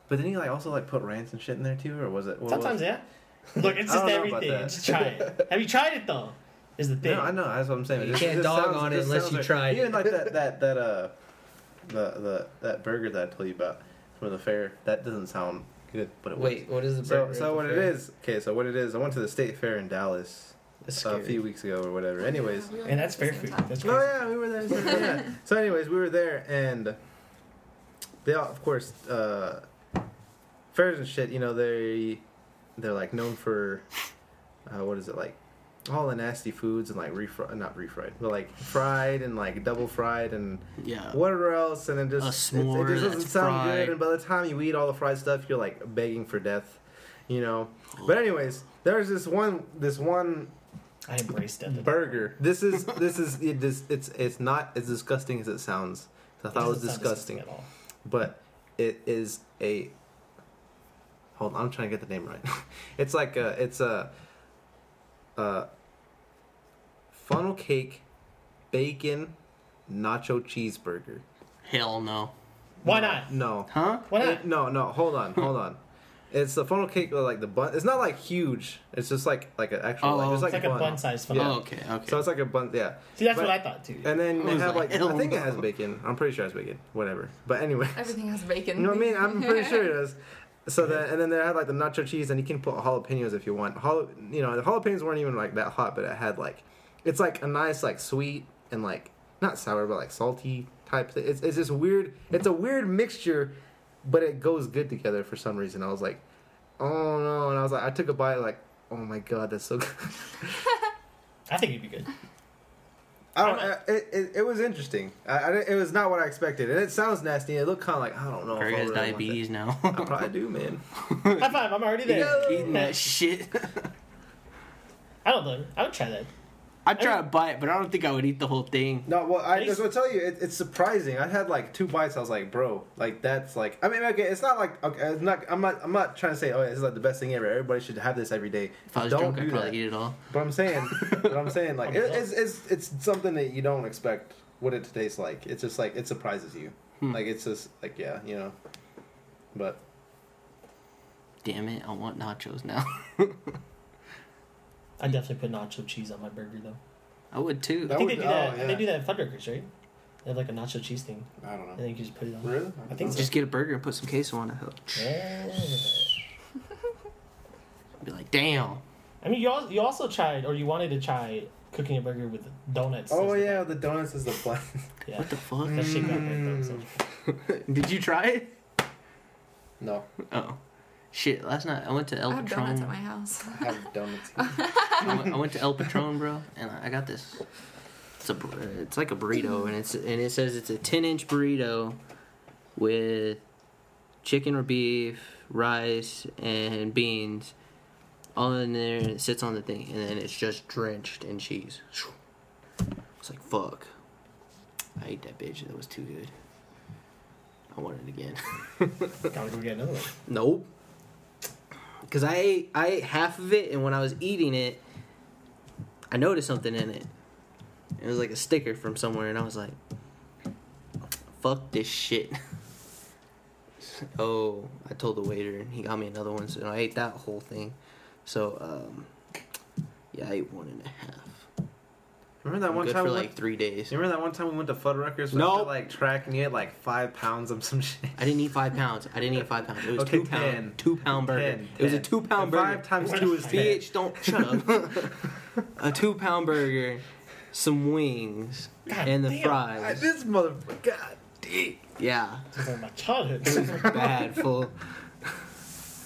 [SPEAKER 4] But then you like also like put ranch and shit in there too, or was it? What
[SPEAKER 1] Sometimes,
[SPEAKER 4] was...
[SPEAKER 1] yeah. Look, it's
[SPEAKER 4] I
[SPEAKER 1] just
[SPEAKER 4] don't know about
[SPEAKER 1] everything.
[SPEAKER 4] that.
[SPEAKER 1] Just try
[SPEAKER 4] [laughs]
[SPEAKER 1] it. Have you tried it though? Is the thing.
[SPEAKER 4] No, I know that's what I'm saying.
[SPEAKER 2] You can't dog on it
[SPEAKER 4] this
[SPEAKER 2] unless
[SPEAKER 4] sounds
[SPEAKER 2] you
[SPEAKER 4] like-
[SPEAKER 2] tried it.
[SPEAKER 4] Even like
[SPEAKER 2] [laughs]
[SPEAKER 4] that that that uh, the the that burger that I told you about from the fair. That doesn't sound good, but it
[SPEAKER 2] Wait, what is the
[SPEAKER 4] was. So
[SPEAKER 2] burger at
[SPEAKER 4] so
[SPEAKER 2] the
[SPEAKER 4] what it
[SPEAKER 2] fair?
[SPEAKER 4] is? Okay, so what it is? I went to the state fair in Dallas
[SPEAKER 2] That's
[SPEAKER 4] uh, a
[SPEAKER 2] scary.
[SPEAKER 4] few weeks ago or
[SPEAKER 3] Oh
[SPEAKER 4] whatever. Anyways,
[SPEAKER 3] Yeah, we were
[SPEAKER 1] And that's
[SPEAKER 3] at the
[SPEAKER 1] fair
[SPEAKER 3] same
[SPEAKER 1] food.
[SPEAKER 3] time.
[SPEAKER 1] That's crazy.
[SPEAKER 4] Oh yeah, we were there. So, yeah. so anyways, we were there, and they all, of course, uh, fairs and shit. You know, they they're like known for uh, what is it like? All the nasty foods and like refried, not refried, but like fried and like double fried and
[SPEAKER 2] Yeah.
[SPEAKER 4] whatever else, and then just
[SPEAKER 2] A
[SPEAKER 4] it-
[SPEAKER 2] s'more
[SPEAKER 4] it, just doesn't
[SPEAKER 2] that's
[SPEAKER 4] sound
[SPEAKER 2] fried.
[SPEAKER 4] good. And by the time you eat all the fried stuff, you're like begging for death, you know. But anyways, there's this one, this one
[SPEAKER 1] I embraced it.
[SPEAKER 4] burger. This is this is it is it's it's not as disgusting as it sounds. I
[SPEAKER 1] It
[SPEAKER 4] thought it was
[SPEAKER 1] doesn't sound
[SPEAKER 4] disgusting,
[SPEAKER 1] at all.
[SPEAKER 4] but it is a. Hold on, I'm trying to get the name right. [laughs] it's like a it's a, a funnel cake, bacon, nacho cheeseburger.
[SPEAKER 2] Hell no.
[SPEAKER 1] Why not?
[SPEAKER 4] No,
[SPEAKER 2] Huh?
[SPEAKER 1] Why not?
[SPEAKER 4] it- no, no. Hold on, hold on. It's the funnel cake with like the bun. It's not like huge. It's just like like an actual.
[SPEAKER 2] Oh,
[SPEAKER 4] like, it's
[SPEAKER 2] it's
[SPEAKER 1] it's
[SPEAKER 4] like,
[SPEAKER 1] like a bun size funnel.
[SPEAKER 4] Yeah.
[SPEAKER 2] Oh, okay, okay.
[SPEAKER 4] So it's like a bun. Yeah.
[SPEAKER 1] See, that's
[SPEAKER 4] But-
[SPEAKER 1] what I thought too.
[SPEAKER 4] And then
[SPEAKER 2] I
[SPEAKER 4] they
[SPEAKER 2] was
[SPEAKER 4] have
[SPEAKER 2] like,
[SPEAKER 4] like,
[SPEAKER 2] hell
[SPEAKER 4] I think
[SPEAKER 2] no.
[SPEAKER 4] it has bacon. I'm pretty sure it has bacon. Whatever. But anyway,
[SPEAKER 3] Everything has bacon.
[SPEAKER 4] [laughs] you know what I mean? I'm pretty
[SPEAKER 3] [laughs]
[SPEAKER 4] sure it does. So then, and then they had like the nacho cheese, and you can put jalapenos if you want. Jal- you know, the jalapenos weren't even like that hot, but it had like, it's like a nice like sweet and like not sour but like salty type. Thing. It's it's this weird. It's a weird mixture, but it goes good together for some reason. I was like, oh no, and I was like, I took a bite like, oh my god, that's so good.
[SPEAKER 1] I think it'd be good.
[SPEAKER 4] I don't. I, it, it, it was interesting. I, I, didn't- it was not what I expected, and it sounds nasty. and It looked kind of like I don't know. if
[SPEAKER 2] Craig
[SPEAKER 4] I
[SPEAKER 2] has
[SPEAKER 4] really want
[SPEAKER 2] diabetes now.
[SPEAKER 4] that. I
[SPEAKER 2] [laughs]
[SPEAKER 4] probably do, man.
[SPEAKER 1] High five! I'm already there.
[SPEAKER 4] Yeah.
[SPEAKER 2] Eating that shit.
[SPEAKER 1] I I don't know. I would try that.
[SPEAKER 2] [laughs] I'd try to buy it, but I don't think I would eat the whole thing.
[SPEAKER 4] No, well, I
[SPEAKER 1] At
[SPEAKER 4] just will tell you, it, it's surprising. I had like two bites. I was like, bro, like that's like. I mean, okay, it's not like okay, it's not. I'm not. I'm not trying to say, oh, this is like the best thing ever. Everybody should have this every day.
[SPEAKER 2] If I was
[SPEAKER 4] Don't
[SPEAKER 2] drunk,
[SPEAKER 4] do
[SPEAKER 2] I'd probably
[SPEAKER 4] that.
[SPEAKER 2] eat it all.
[SPEAKER 4] But I'm saying, but I'm
[SPEAKER 2] [laughs]
[SPEAKER 4] saying, like it, it's it's it's something that you don't expect what it tastes like. It's just like it surprises you.
[SPEAKER 2] Hmm.
[SPEAKER 4] Like it's just like yeah, you know. But
[SPEAKER 2] Hmm. Damn it, I want nachos now. [laughs]
[SPEAKER 1] I definitely put nacho cheese on my burger though.
[SPEAKER 2] I would too.
[SPEAKER 1] I
[SPEAKER 4] That
[SPEAKER 1] think
[SPEAKER 4] would-
[SPEAKER 1] they do
[SPEAKER 4] oh,
[SPEAKER 1] that.
[SPEAKER 4] yeah.
[SPEAKER 1] They do that at Fuddruckers, right? They have like a nacho cheese thing.
[SPEAKER 4] I don't
[SPEAKER 1] I
[SPEAKER 4] know.
[SPEAKER 1] think you just put it on.
[SPEAKER 4] Really?
[SPEAKER 1] I think so.
[SPEAKER 2] Just get a burger and put some queso on it.
[SPEAKER 1] Yeah.
[SPEAKER 2] Be like, damn.
[SPEAKER 1] I mean, you also, you also tried or you wanted to try cooking a burger with donuts. as
[SPEAKER 4] Oh
[SPEAKER 1] the-
[SPEAKER 4] yeah, the donuts is the plan.
[SPEAKER 1] yeah.
[SPEAKER 2] What the fuck?
[SPEAKER 1] That shit got me. though, so-
[SPEAKER 2] [laughs] Did you try it?
[SPEAKER 4] [laughs] no,
[SPEAKER 2] Oh. Shit, last night I went to El
[SPEAKER 3] I have donuts at my
[SPEAKER 2] Patron.
[SPEAKER 3] house.
[SPEAKER 4] I have donuts.
[SPEAKER 2] I went, I went to El Patron, bro, and I got this. It's a, bur- it's like a burrito, and it's and it says it's a ten inch burrito with chicken or beef, rice, and beans, all in there, and it sits on the thing, and then it's just drenched in cheese. It's like fuck. I ate that bitch. That was too good. I want it again.
[SPEAKER 1] Gotta go get another one.
[SPEAKER 2] Nope. Cause I ate, I ate half of it, and when I was eating it, I noticed something in it. It was like a sticker from somewhere, and I was like, "Fuck this shit." [laughs] oh, I told the waiter, and he got me another one, so I ate that whole thing. So, um, yeah, I ate one and a half.
[SPEAKER 4] [laughs] Remember that
[SPEAKER 2] I'm
[SPEAKER 4] one
[SPEAKER 2] good
[SPEAKER 4] time?
[SPEAKER 2] for
[SPEAKER 4] we went-
[SPEAKER 2] like three days.
[SPEAKER 4] you remember that one time we went to Fuddruckers?
[SPEAKER 2] No.
[SPEAKER 4] After, like track, and you had like five pounds of some shit.
[SPEAKER 2] I didn't eat five pounds. I didn't eat five pounds. It was
[SPEAKER 4] Okay,
[SPEAKER 2] two pound,
[SPEAKER 4] 10.
[SPEAKER 2] two pound burger.
[SPEAKER 4] [laughs] Ten,
[SPEAKER 2] It was a
[SPEAKER 4] ten.
[SPEAKER 2] two pound
[SPEAKER 4] And
[SPEAKER 2] burger.
[SPEAKER 4] Five times two is ten.
[SPEAKER 2] Bitch, don't shut up. a two pound burger, some wings,
[SPEAKER 1] God
[SPEAKER 2] and the
[SPEAKER 1] damn,
[SPEAKER 4] I-
[SPEAKER 2] fries.
[SPEAKER 4] This motherfucker. God.
[SPEAKER 2] Yeah,
[SPEAKER 1] It's like my childhood. [laughs]
[SPEAKER 2] it was [laughs] bad. Full.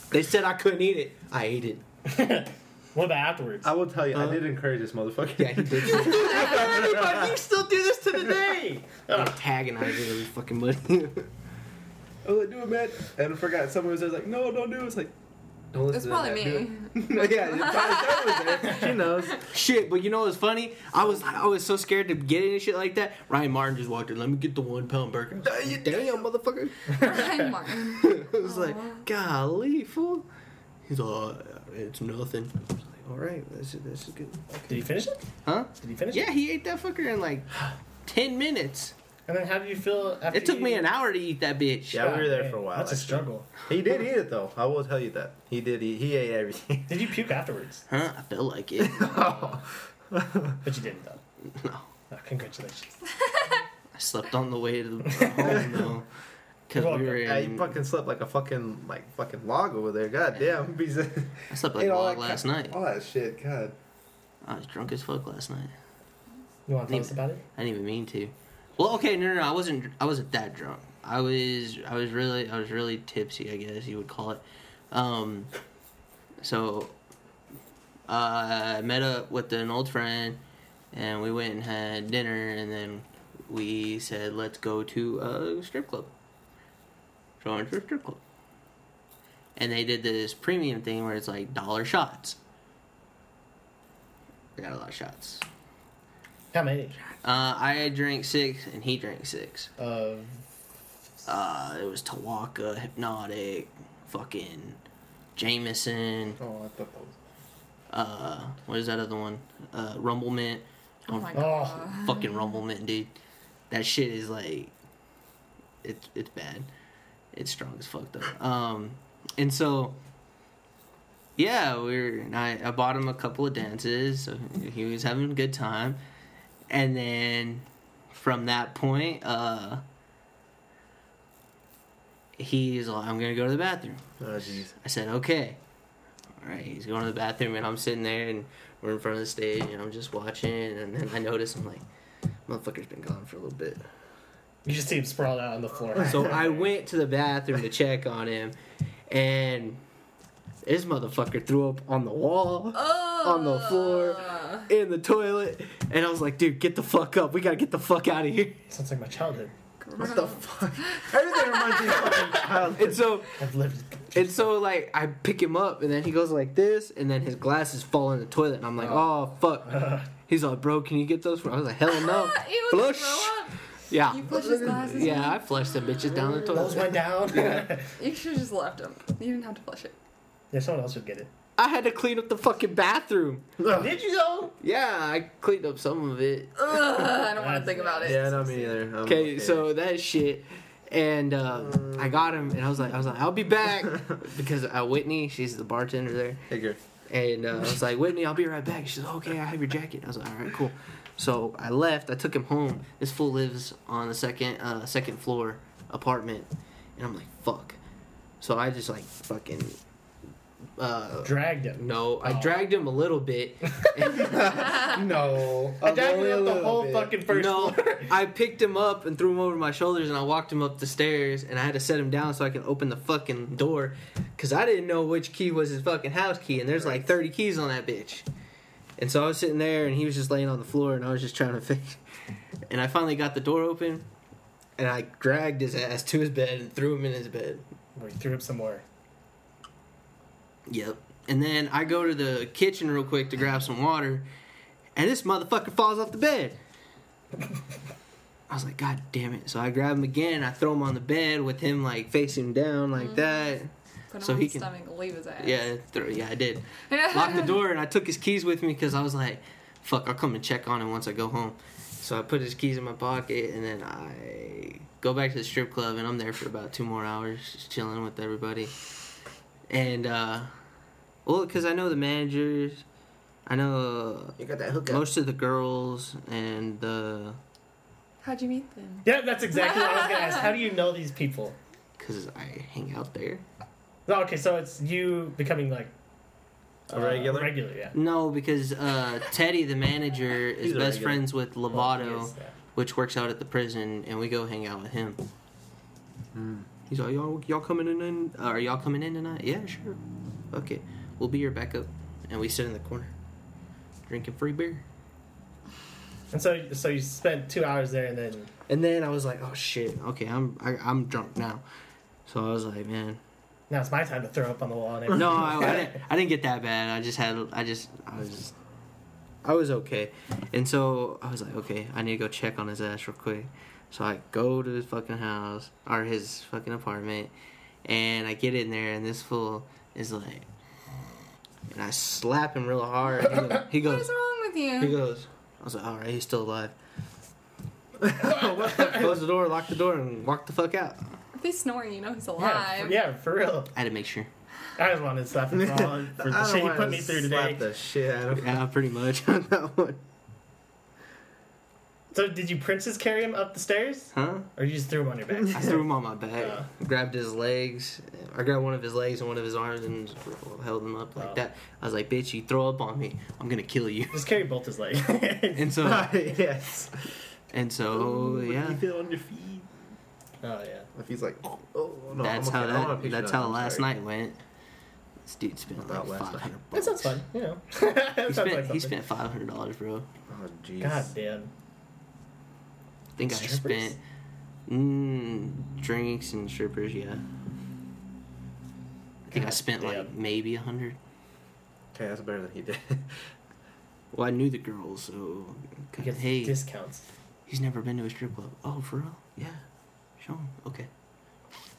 [SPEAKER 2] They said I couldn't eat it. I ate it.
[SPEAKER 1] what about afterwards?
[SPEAKER 4] I will tell you,
[SPEAKER 2] Huh?
[SPEAKER 4] I did encourage this motherfucker.
[SPEAKER 2] Yeah,
[SPEAKER 1] [laughs]
[SPEAKER 2] he
[SPEAKER 4] [laughs]
[SPEAKER 2] did. [laughs] You're
[SPEAKER 1] you still do this to the day.
[SPEAKER 2] antagonizing every fucking buddy.
[SPEAKER 4] I was like, do it, man. And I forgot. Someone was there like, no, don't do it. It's like, don't
[SPEAKER 3] It's
[SPEAKER 4] listen to
[SPEAKER 3] probably
[SPEAKER 4] that,
[SPEAKER 3] me. [laughs]
[SPEAKER 4] [laughs] do it. yeah, it's probably Sarah
[SPEAKER 2] [laughs]
[SPEAKER 4] was there. She knows.
[SPEAKER 2] [laughs] shit, but you know what's funny? I was I was so scared to get it and shit like that. Ryan Martin just walked in. Let me get the one pound burger. I was like, Damn, motherfucker.
[SPEAKER 3] Ryan Martin.
[SPEAKER 2] [laughs] I was like,
[SPEAKER 3] Aw.
[SPEAKER 2] golly, fool. He's all, it's nothing. I was like, all right, this is this is good.
[SPEAKER 1] Did he finish it?
[SPEAKER 2] Huh?
[SPEAKER 1] Did he finish it?
[SPEAKER 2] Yeah, he ate that fucker in [sighs] like ten minutes.
[SPEAKER 1] And then how do you feel after
[SPEAKER 2] It took
[SPEAKER 1] you-
[SPEAKER 2] me an hour to eat that bitch.
[SPEAKER 4] Yeah, we were there for a while,
[SPEAKER 1] That's a
[SPEAKER 4] actually.
[SPEAKER 1] struggle.
[SPEAKER 4] He did eat it, though. I will tell you that. He did eat. He ate everything.
[SPEAKER 1] Did you puke afterwards?
[SPEAKER 2] Huh? I felt like it.
[SPEAKER 1] But you didn't, though.
[SPEAKER 2] no,
[SPEAKER 1] Oh, congratulations.
[SPEAKER 2] I slept on the way to [laughs] the home though, because we were
[SPEAKER 4] Yeah, he
[SPEAKER 2] in.
[SPEAKER 4] fucking slept like a fucking like fucking log over there. God damn. He's
[SPEAKER 2] I slept like
[SPEAKER 4] ate
[SPEAKER 2] a
[SPEAKER 4] all
[SPEAKER 2] log
[SPEAKER 4] that
[SPEAKER 2] last
[SPEAKER 4] ca-
[SPEAKER 2] night.
[SPEAKER 4] All that shit. God.
[SPEAKER 2] I was drunk as fuck last night.
[SPEAKER 1] You want to tell us about it?
[SPEAKER 2] I didn't even mean to. Well, okay, no, no, no, I wasn't. I wasn't that drunk. I was. I was really. I was really tipsy. I guess you would call it. Um, so, uh, I met up with an old friend, and we went and had dinner, and then we said, "Let's go to a strip club." So I went to a strip club, and they did this premium thing where it's like dollar shots. I got a lot of shots.
[SPEAKER 1] How many?
[SPEAKER 2] Uh, I drank six and he drank six.
[SPEAKER 1] Uh,
[SPEAKER 2] Uh, it was Tawaka, Hypnotic, fucking Jameson.
[SPEAKER 4] Oh, I thought that was.
[SPEAKER 2] Uh, what is that other one? Uh, Rumble Mint.
[SPEAKER 3] Oh my
[SPEAKER 1] Oh.
[SPEAKER 3] god.
[SPEAKER 2] Fucking Rumble Mint, dude. That shit is like, it's it's bad. It's strong as fuck though. Um, and so, yeah, we were. And I I bought him a couple of dances, so he was having a good time. And then from that point, uh, he's like, I'm gonna go to the bathroom.
[SPEAKER 4] Oh, jeez.
[SPEAKER 2] I said, okay. All right, he's going to the bathroom, and I'm sitting there, and we're in front of the stage, and I'm just watching, and then I notice I'm like, motherfucker's been gone for a little bit.
[SPEAKER 1] you just see him sprawled out on the floor.
[SPEAKER 2] So I went to the bathroom to check on him, and this motherfucker threw up on the wall, on the floor, in the toilet, and I was like, dude, get the fuck up. We got to get the fuck out of here.
[SPEAKER 1] [laughs]
[SPEAKER 2] [laughs]
[SPEAKER 1] Sounds like my childhood.
[SPEAKER 3] fuck?
[SPEAKER 4] What the fuck? Everything reminds me of fucking [laughs] childhood.
[SPEAKER 2] And so
[SPEAKER 1] I've lived.
[SPEAKER 2] and so like I pick him up and then he goes like this and then his glasses fall in the toilet and I'm like, oh fuck. He's like, bro, can you get those? For-? I was like, hell
[SPEAKER 3] [laughs]
[SPEAKER 2] no.
[SPEAKER 3] It was
[SPEAKER 2] Flush.
[SPEAKER 3] grow up.
[SPEAKER 2] Yeah.
[SPEAKER 3] You flush his
[SPEAKER 4] Ah.
[SPEAKER 3] glasses.
[SPEAKER 2] Yeah, I flushed the bitches down the
[SPEAKER 1] Those went
[SPEAKER 2] toilet.
[SPEAKER 1] down. [laughs]
[SPEAKER 3] You should have just left him. You didn't have to flush it.
[SPEAKER 1] yeah, someone else would get it.
[SPEAKER 2] I had to clean up the fucking bathroom.
[SPEAKER 1] Did you though?
[SPEAKER 2] Yeah, I cleaned up some of it.
[SPEAKER 3] Ugh, I don't want to think about it.
[SPEAKER 4] Yeah, not me either. I'm
[SPEAKER 2] Okay, so that shit, and uh, I got him, and I was like, I was like, I'll be back because uh, Whitney, she's the bartender there,
[SPEAKER 4] Figure.
[SPEAKER 2] and uh, I was like, Whitney, I'll be right back. She's like, okay, I have your jacket. I was like, all right, cool. So I left. I took him home. This fool lives on the second uh, second floor apartment, and I'm like, fuck. So I just like fucking. Uh,
[SPEAKER 1] Dragged him.
[SPEAKER 2] no, I
[SPEAKER 1] Oh.
[SPEAKER 2] dragged him a
[SPEAKER 1] [laughs]
[SPEAKER 2] little bit.
[SPEAKER 1] No. I dragged him up the whole fucking first
[SPEAKER 2] no,
[SPEAKER 1] floor. [laughs]
[SPEAKER 2] I picked him up and threw him over my shoulders, and I walked him up the stairs, and I had to set him down so I can open the fucking door, cause I didn't know which key was his fucking house key, and there's like 30 keys on that bitch. And so I was sitting there, and he was just laying on the floor, and I was just trying to fix. [laughs] And I finally got the door open, and I dragged his ass to his bed and threw him in his bed.
[SPEAKER 1] We Oh, threw him some more.
[SPEAKER 2] Yep. And then I go to the kitchen real quick to grab some water, and this motherfucker falls off the bed. I was like, God damn it. So I grab him again, I throw him on the bed with him like facing down like that.
[SPEAKER 3] Put him
[SPEAKER 2] So
[SPEAKER 3] on
[SPEAKER 2] he
[SPEAKER 3] his
[SPEAKER 2] can-
[SPEAKER 3] stomach and leave his ass.
[SPEAKER 2] Yeah, throw, yeah, I did. Locked the
[SPEAKER 4] [laughs]
[SPEAKER 2] door and I took his keys with me because I was like, fuck, I'll come and check on him once I go home. So I put his keys in my pocket and then I go back to the strip club and I'm there for about two more hours just chilling with everybody. And, uh, well, because I know the managers, I know
[SPEAKER 4] You got that hookup.
[SPEAKER 2] most of the girls and the.
[SPEAKER 3] [laughs] How'd you meet them?
[SPEAKER 1] Yeah, that's exactly what I was gonna ask. How do you know these people?
[SPEAKER 2] Because I hang out there.
[SPEAKER 1] No, okay, so it's you becoming like Uh,
[SPEAKER 4] A regular?
[SPEAKER 1] Regular, yeah.
[SPEAKER 2] No, because uh, Teddy, the manager, is
[SPEAKER 4] He's a
[SPEAKER 2] best
[SPEAKER 4] regular.
[SPEAKER 2] friends with Lovato.
[SPEAKER 1] Yes, yeah.
[SPEAKER 2] which works out at the prison, and we go hang out with him. He's like, y'all, y'all coming in? in uh, are y'all coming in tonight? Yeah, sure. Okay, we'll be your backup, and we sit in the corner, drinking free beer.
[SPEAKER 1] And so, so you spent two hours there, and then
[SPEAKER 2] And then I was like, oh shit, okay, I'm I, I'm drunk now. So I was like, man,
[SPEAKER 1] now it's my time to throw up on the wall. And everything.
[SPEAKER 2] [laughs] no, I, I didn't. I didn't get that bad. I just had. I just. I was. Just, I was okay, and so I was like, okay, I need to go check on his ass real quick. So I go to his fucking house or his fucking apartment, and I get in there, and this fool is like, and I slap him real hard. He goes, he
[SPEAKER 3] What is
[SPEAKER 2] goes,
[SPEAKER 3] wrong
[SPEAKER 2] [laughs]
[SPEAKER 3] with
[SPEAKER 2] he
[SPEAKER 3] you?
[SPEAKER 2] goes. I was like, all right, he's still [laughs] alive. Close the door, lock the door, and walk the fuck out.
[SPEAKER 3] If he's snoring, you know
[SPEAKER 1] [laughs]
[SPEAKER 3] he's
[SPEAKER 1] yeah,
[SPEAKER 3] alive.
[SPEAKER 1] for, yeah, for real.
[SPEAKER 2] I had to make sure.
[SPEAKER 1] I just wanted to slap
[SPEAKER 4] [laughs]
[SPEAKER 1] him for all-
[SPEAKER 2] [laughs]
[SPEAKER 1] for the shit you put me through today.
[SPEAKER 4] Slap the shit out of
[SPEAKER 2] Yeah, pretty much [laughs] on that one.
[SPEAKER 1] So, did you princess carry him up the stairs,
[SPEAKER 2] Huh?
[SPEAKER 1] or you just threw him on your back?
[SPEAKER 2] [laughs] I threw him on my back,
[SPEAKER 1] Yeah.
[SPEAKER 2] grabbed his legs. I grabbed one of his legs and one of his arms and held him up like
[SPEAKER 1] Wow.
[SPEAKER 2] that. I was like, "Bitch, you throw up on me, I'm gonna kill you." [laughs]
[SPEAKER 1] Just carry both his legs. [laughs] Oh,
[SPEAKER 2] And so,
[SPEAKER 4] [laughs] yes.
[SPEAKER 2] and so, yeah,
[SPEAKER 1] You feel on your feet. Oh yeah.
[SPEAKER 4] If he's like, oh, no,
[SPEAKER 2] that's
[SPEAKER 4] I'm okay.
[SPEAKER 2] how
[SPEAKER 4] I don't wanna
[SPEAKER 2] that
[SPEAKER 4] picture
[SPEAKER 2] that's
[SPEAKER 4] that.
[SPEAKER 2] how
[SPEAKER 4] I'm
[SPEAKER 2] last
[SPEAKER 4] sorry.
[SPEAKER 2] night went. This dude spent like
[SPEAKER 4] About last
[SPEAKER 2] five hundred
[SPEAKER 1] That
[SPEAKER 2] bucks.
[SPEAKER 1] sounds fun. You know. [laughs] that
[SPEAKER 2] He
[SPEAKER 1] sounds
[SPEAKER 2] spent
[SPEAKER 1] like something.
[SPEAKER 2] he spent five hundred dollars, bro.
[SPEAKER 4] Oh, jeez.
[SPEAKER 1] God damn.
[SPEAKER 2] I think I
[SPEAKER 1] Strippers?
[SPEAKER 2] spent mm, drinks and strippers. Yeah, I think I
[SPEAKER 1] God
[SPEAKER 2] spent like
[SPEAKER 1] damn.
[SPEAKER 2] maybe a hundred.
[SPEAKER 4] Okay, that's better than he did.
[SPEAKER 2] Well, I knew the girl, so
[SPEAKER 1] You get
[SPEAKER 2] hey,
[SPEAKER 1] discounts.
[SPEAKER 2] He's never been to a strip club. Oh, for real? Yeah. Show him. Okay.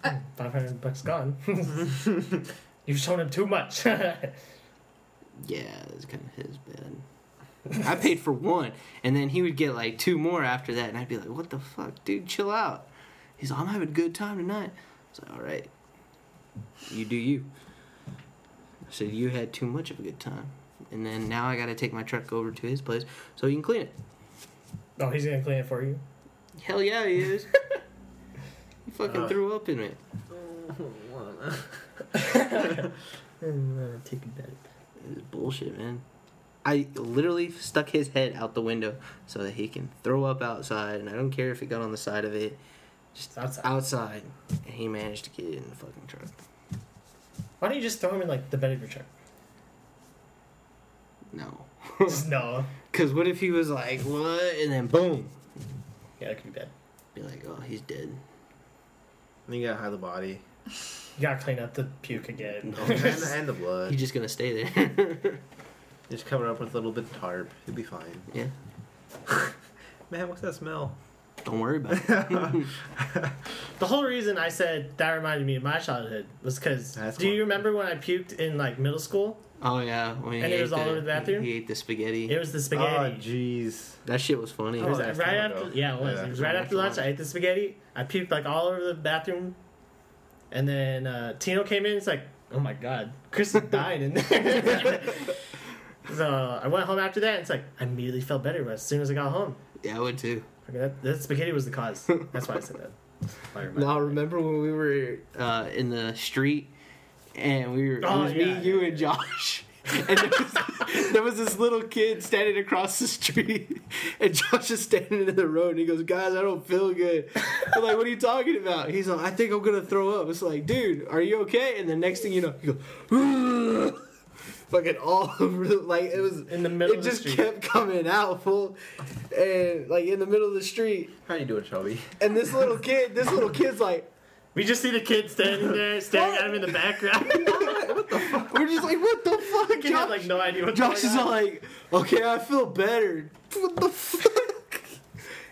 [SPEAKER 1] Five hundred bucks [laughs] gone. You've shown him too much. [laughs]
[SPEAKER 2] Yeah, that's kind of his bad. [laughs] I paid for one, and then he would get like two more after that, and I'd be like, "What the fuck, dude? Chill out." He's like, "I'm having a good time tonight." I was like, "All right, you do you." I said, "You had too much of a good time." And then now I gotta take my truck over to his place so he can clean it.
[SPEAKER 1] oh, he's gonna clean it for you.
[SPEAKER 2] Hell yeah, he is. [laughs] he fucking
[SPEAKER 4] Uh.
[SPEAKER 2] threw up in it.
[SPEAKER 4] [laughs]
[SPEAKER 1] Uh, take it back.
[SPEAKER 2] This is bullshit, man. I literally stuck his head out the window so that he can throw up outside, and I don't care if it got on the side of it.
[SPEAKER 1] It's outside.
[SPEAKER 2] Outside, and he managed to get it in the fucking truck.
[SPEAKER 1] Why don't you just throw him in like the bed of your [laughs] truck?
[SPEAKER 2] [laughs] No,
[SPEAKER 1] Just, no.
[SPEAKER 2] because what if he was like, "What?" and then boom.
[SPEAKER 1] Yeah, that could be bad.
[SPEAKER 2] Be like, oh, he's dead.
[SPEAKER 4] And you gotta hide the body.
[SPEAKER 1] You gotta clean up the puke again. [laughs]
[SPEAKER 4] and, the, and the
[SPEAKER 2] He's
[SPEAKER 4] [laughs] blood.
[SPEAKER 2] just gonna stay there. [laughs]
[SPEAKER 4] Just cover it up with a little bit of tarp. You'll be fine. Ah,
[SPEAKER 2] yeah,
[SPEAKER 4] Man, what's that smell?
[SPEAKER 2] don't worry about it.
[SPEAKER 1] The whole reason I said that reminded me of my childhood was because
[SPEAKER 4] That's
[SPEAKER 1] do
[SPEAKER 4] cool.
[SPEAKER 1] you remember when I puked in like middle school?
[SPEAKER 2] Oh yeah, when he
[SPEAKER 1] And it
[SPEAKER 2] ate
[SPEAKER 1] was all over the bathroom?
[SPEAKER 2] He ate the spaghetti.
[SPEAKER 1] It was the
[SPEAKER 4] Oh,
[SPEAKER 1] spaghetti.
[SPEAKER 4] jeez.
[SPEAKER 2] that shit was funny.
[SPEAKER 1] It was
[SPEAKER 4] that's
[SPEAKER 1] Oh, right
[SPEAKER 4] time
[SPEAKER 1] after,
[SPEAKER 4] ago.
[SPEAKER 1] yeah, it was.
[SPEAKER 4] Yeah.
[SPEAKER 1] It was right after lunch. I ate the spaghetti. I puked like all over the bathroom, and then uh, Tino came in. It's like, oh my god, Chris died in there. [laughs] so I went home after that. And it's like I immediately felt better as soon as I got home.
[SPEAKER 2] yeah, I would too.
[SPEAKER 1] Like, that, that spaghetti was the cause. That's why I said that. Why I remember.
[SPEAKER 2] No, remember when we were uh, in the street and we were
[SPEAKER 1] Oh,
[SPEAKER 2] it was
[SPEAKER 1] yeah,
[SPEAKER 2] me, you,
[SPEAKER 1] yeah,
[SPEAKER 2] and Josh. [laughs] And there was, there was this little kid standing across the street, [laughs] and Josh is standing in the road, and he goes, "Guys, I don't feel good." I'm like, "What are you talking about?" He's like, "I think I'm gonna throw up." It's like, "Dude, are you okay?" And the next thing you know, he goes, [laughs] "Fucking all [laughs] over!" the- Like it was
[SPEAKER 1] In the middle
[SPEAKER 2] It
[SPEAKER 1] of the
[SPEAKER 2] just
[SPEAKER 1] street.
[SPEAKER 2] kept coming out, full, and like in the middle of the street.
[SPEAKER 4] How you doing, [laughs] Shelby?
[SPEAKER 2] And this little kid, this little kid's like,
[SPEAKER 1] We just see the kid standing there, staring at him in the background. [laughs]
[SPEAKER 2] We're just like, what the fuck?
[SPEAKER 1] Kid had
[SPEAKER 2] Josh,
[SPEAKER 1] like no idea what
[SPEAKER 2] Josh
[SPEAKER 3] [laughs]
[SPEAKER 2] is
[SPEAKER 1] going
[SPEAKER 2] all
[SPEAKER 1] on.
[SPEAKER 2] like, okay, I feel better. What the fuck?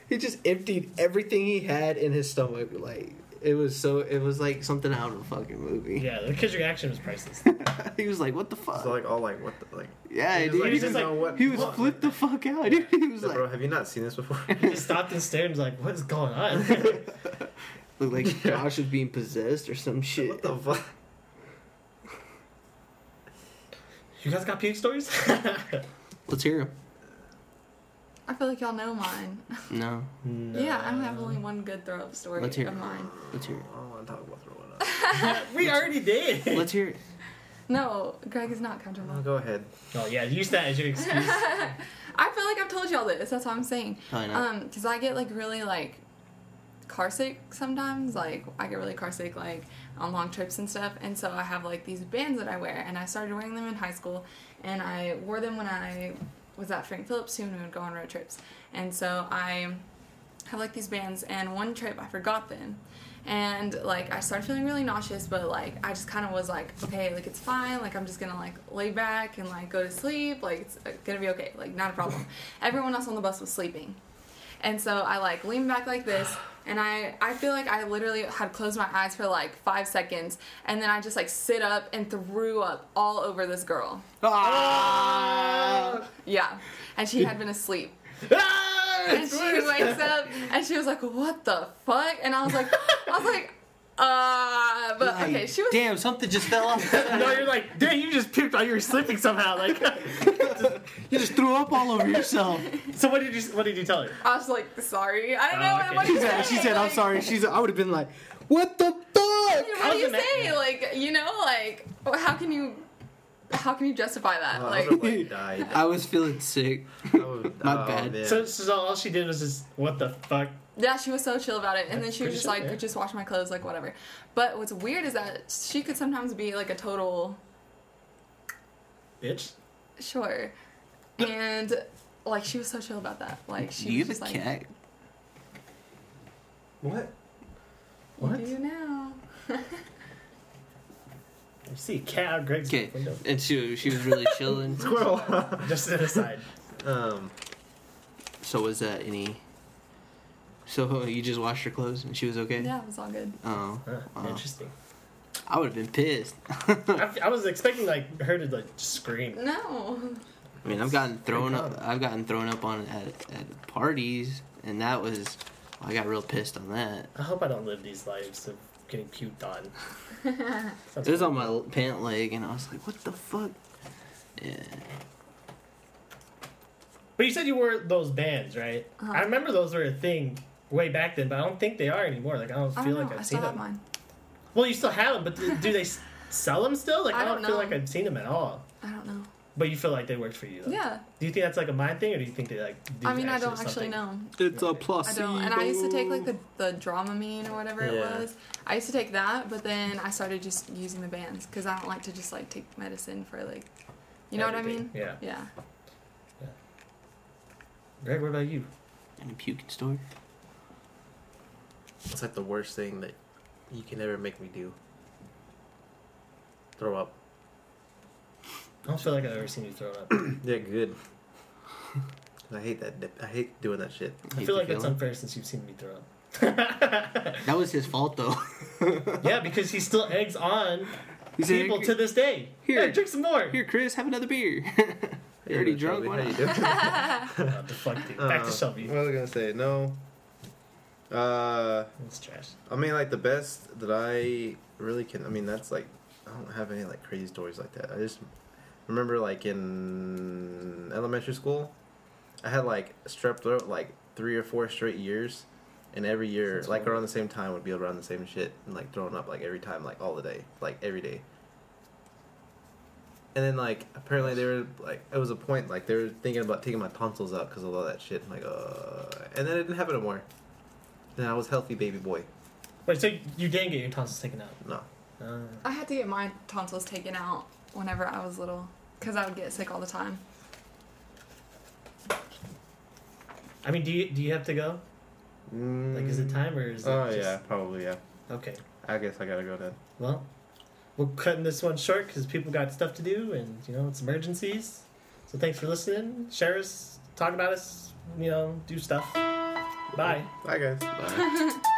[SPEAKER 2] He just emptied everything he had in his stomach. Like it was so, it was like something out of a fucking movie.
[SPEAKER 1] Yeah, the kid's reaction was priceless.
[SPEAKER 2] [laughs] he was like, what the fuck?
[SPEAKER 4] So like all like what the like.
[SPEAKER 2] yeah,
[SPEAKER 4] He was
[SPEAKER 2] dude.
[SPEAKER 4] like,
[SPEAKER 1] He's
[SPEAKER 4] you
[SPEAKER 1] just
[SPEAKER 4] know
[SPEAKER 1] like-
[SPEAKER 4] what-
[SPEAKER 2] he was
[SPEAKER 4] what?
[SPEAKER 2] flipped
[SPEAKER 4] [laughs]
[SPEAKER 2] the fuck out, dude. He was
[SPEAKER 4] Bro,
[SPEAKER 2] like,
[SPEAKER 4] have you not seen this before?
[SPEAKER 1] He just stopped and stared and was like, what is going on? [laughs]
[SPEAKER 2] looked
[SPEAKER 4] [laughs]
[SPEAKER 2] like Josh was being possessed or some [laughs] shit.
[SPEAKER 4] what the fuck?
[SPEAKER 1] you guys got puke stories? [laughs]
[SPEAKER 2] Let's hear him.
[SPEAKER 3] I feel like y'all know mine. [laughs]
[SPEAKER 2] No,
[SPEAKER 1] no.
[SPEAKER 3] Yeah, I have only one good throw up story
[SPEAKER 2] Let's hear
[SPEAKER 3] of
[SPEAKER 2] it.
[SPEAKER 3] mine.
[SPEAKER 2] let's hear
[SPEAKER 4] I don't want to talk about throwing
[SPEAKER 2] [laughs]
[SPEAKER 4] up.
[SPEAKER 1] [laughs] We already did.
[SPEAKER 2] it. Let's hear it.
[SPEAKER 3] No, Greg is not
[SPEAKER 4] No,
[SPEAKER 3] comfortable.
[SPEAKER 4] go ahead.
[SPEAKER 1] Oh yeah, use that as your
[SPEAKER 2] [laughs]
[SPEAKER 1] excuse. [laughs]
[SPEAKER 3] [laughs] I feel like I've told y'all this. That's what I'm saying.
[SPEAKER 2] Probably not.
[SPEAKER 3] Um, because I get like really like car sick sometimes. Like I get really car sick like on long trips and stuff. And so I have like these bands that I wear, and I started wearing them in high school, and I wore them when I was at Frank Phillips too, and we would go on road trips. And so I have like these bands, and one trip I forgot them. And like I started feeling really nauseous, but like I just kind of was like, okay, like it's fine. Like I'm just gonna like lay back and like go to sleep. Like it's uh, gonna be okay. Like not a problem. Everyone else on the bus was sleeping, and so I like leaned back like this, and I I feel like I literally had closed my eyes for like five seconds, and then I just like sit up and threw up all over this girl.
[SPEAKER 2] Ah!
[SPEAKER 3] Yeah, and she had been asleep.
[SPEAKER 1] Ah,
[SPEAKER 3] And
[SPEAKER 1] it's
[SPEAKER 3] she
[SPEAKER 1] worse.
[SPEAKER 3] wakes up and she was like, "What the fuck?" And I was like, I was like, [laughs] uh, but okay,
[SPEAKER 2] Like,
[SPEAKER 3] she was.
[SPEAKER 2] Damn, something just fell
[SPEAKER 4] [laughs]
[SPEAKER 2] off.
[SPEAKER 1] No, you're like, dude, you just puked while you were sleeping somehow. Like, [laughs]
[SPEAKER 2] you just threw up all over yourself.
[SPEAKER 1] so what did you? What did you tell her?
[SPEAKER 3] I was like, sorry, I don't know
[SPEAKER 1] Oh, okay.
[SPEAKER 3] what- what. do
[SPEAKER 2] She
[SPEAKER 3] you
[SPEAKER 2] said,
[SPEAKER 3] say?
[SPEAKER 2] she said I'm
[SPEAKER 3] Like,
[SPEAKER 2] sorry. She's, I would have been like, what the fuck?
[SPEAKER 3] What do you
[SPEAKER 1] How's it
[SPEAKER 3] say?
[SPEAKER 1] ma-
[SPEAKER 3] Like, you know, like, how can you, how can you justify that?
[SPEAKER 4] Uh,
[SPEAKER 3] like,
[SPEAKER 4] I would have died.
[SPEAKER 2] [laughs] I was feeling sick.
[SPEAKER 4] I would've-
[SPEAKER 2] My
[SPEAKER 4] oh,
[SPEAKER 2] bad.
[SPEAKER 4] man.
[SPEAKER 1] So, so all she did was just, what the fuck?
[SPEAKER 3] Yeah, she was so chill about it, and then
[SPEAKER 1] That's
[SPEAKER 3] she was
[SPEAKER 1] pretty
[SPEAKER 3] just
[SPEAKER 1] chill,
[SPEAKER 3] like,
[SPEAKER 1] yeah.
[SPEAKER 3] "Just wash my clothes, like whatever." But what's weird is that she could sometimes be like a total
[SPEAKER 1] Bitch.
[SPEAKER 3] sure, and like she was so chill about that. Like she
[SPEAKER 2] Do you
[SPEAKER 3] was
[SPEAKER 2] have a
[SPEAKER 3] just like,
[SPEAKER 2] cat?
[SPEAKER 3] "You
[SPEAKER 4] what? What?
[SPEAKER 3] do now?"
[SPEAKER 1] I see a cat out of Greg's
[SPEAKER 2] Okay,
[SPEAKER 1] window.
[SPEAKER 2] and she she was
[SPEAKER 3] [laughs]
[SPEAKER 2] really chilling.
[SPEAKER 4] Squirrel.
[SPEAKER 1] Just an
[SPEAKER 2] [laughs]
[SPEAKER 1] aside.
[SPEAKER 4] [laughs] um.
[SPEAKER 2] So was that any? So uh, you just washed your clothes and she was okay.
[SPEAKER 3] Yeah, it was all good.
[SPEAKER 2] Oh,
[SPEAKER 1] Huh,
[SPEAKER 2] Wow.
[SPEAKER 1] Interesting.
[SPEAKER 2] I would have been pissed. [laughs]
[SPEAKER 1] I, I was expecting like her to like scream.
[SPEAKER 3] No, [laughs]
[SPEAKER 2] I mean, I've gotten thrown
[SPEAKER 1] Pretty
[SPEAKER 2] up. I've gotten thrown up on at, at parties, and that was. I got real pissed on that.
[SPEAKER 1] I hope I don't live these lives of getting puked on. Sounds
[SPEAKER 2] It was
[SPEAKER 1] cool.
[SPEAKER 2] on my pant leg, and I was like, "What the fuck?" Yeah.
[SPEAKER 1] But you said you wore those bands, right?
[SPEAKER 3] Uh-huh.
[SPEAKER 1] I remember those were a thing way back then, but I don't think they are anymore. Like I don't
[SPEAKER 3] I
[SPEAKER 1] feel
[SPEAKER 3] don't know.
[SPEAKER 1] like I've
[SPEAKER 3] I
[SPEAKER 1] seen
[SPEAKER 3] still
[SPEAKER 1] them.
[SPEAKER 3] have mine.
[SPEAKER 1] Well, you still have them, but th- do they
[SPEAKER 3] [laughs]
[SPEAKER 1] s- sell them still? Like I,
[SPEAKER 3] I
[SPEAKER 1] don't,
[SPEAKER 3] don't
[SPEAKER 1] feel
[SPEAKER 3] know.
[SPEAKER 1] like I've seen them at all.
[SPEAKER 3] I don't know.
[SPEAKER 1] But you feel like they worked for you. Though.
[SPEAKER 3] Yeah,
[SPEAKER 1] Do you think that's like a mind thing, or do you think they like? Do
[SPEAKER 3] I mean, I
[SPEAKER 1] action
[SPEAKER 3] don't
[SPEAKER 1] or something?
[SPEAKER 3] actually know.
[SPEAKER 5] It's a
[SPEAKER 3] I
[SPEAKER 5] plus.
[SPEAKER 3] don't. And I used to take like the the Dramamine or whatever it
[SPEAKER 4] Yeah.
[SPEAKER 3] was. I used to take that, but then I started just using the bands because I don't like to just like take medicine for like, you know what I mean?
[SPEAKER 1] Everything. Yeah.
[SPEAKER 3] Yeah.
[SPEAKER 1] Greg, what about you?
[SPEAKER 2] Any puking story?
[SPEAKER 4] It's like the worst thing that you can ever make me do. Throw up.
[SPEAKER 1] I don't feel like I've ever seen you throw up.
[SPEAKER 4] Yeah, good. [laughs] I hate that. Dip. I hate doing that shit.
[SPEAKER 1] I feel
[SPEAKER 2] Hate to
[SPEAKER 1] like that's
[SPEAKER 2] feel it.
[SPEAKER 1] unfair since you've seen me throw up. [laughs]
[SPEAKER 2] That was his fault though. [laughs]
[SPEAKER 1] yeah, because he still eggs on
[SPEAKER 2] He said,
[SPEAKER 1] people to this day.
[SPEAKER 2] Here.
[SPEAKER 1] Hey, drink some more.
[SPEAKER 2] Here, Chris, have another beer. [laughs] You're already drunk. Why
[SPEAKER 4] How you
[SPEAKER 2] not?
[SPEAKER 4] doing?
[SPEAKER 1] Oh, the fuck, dude. [laughs] Back to
[SPEAKER 4] Uh,
[SPEAKER 1] Shelby.
[SPEAKER 4] What was I gonna say? No. Uh,
[SPEAKER 1] It's trash.
[SPEAKER 4] I mean, like the best that I really can. I mean, that's like I don't have any like crazy stories like that. I just remember like in elementary school, I had like strep throat like three or four straight years, and every year
[SPEAKER 1] That's
[SPEAKER 4] like
[SPEAKER 1] horrible.
[SPEAKER 4] around the same time would be around the same shit and like throwing up like every time like all the day like every day. And then like apparently they were like it was a point like they were thinking about taking my tonsils out because of all that shit. I'm like uh, and then it didn't happen anymore. Then I was healthy baby boy.
[SPEAKER 1] Wait, so you didn't get your tonsils taken out?
[SPEAKER 4] No.
[SPEAKER 1] Uh,
[SPEAKER 3] I had to get my tonsils taken out whenever I was little because I would get sick all the time.
[SPEAKER 1] I mean, do you do you have to go? Like, is it time or is it?
[SPEAKER 4] Oh
[SPEAKER 1] just-
[SPEAKER 4] yeah, probably yeah.
[SPEAKER 1] Okay.
[SPEAKER 4] I guess I gotta go then.
[SPEAKER 1] Well, we're cutting this one short because people got stuff to do, and you know it's emergencies. So thanks for listening. Share us, talk about us. You know, do stuff. Bye. [laughs]
[SPEAKER 4] Bye guys.
[SPEAKER 2] Bye.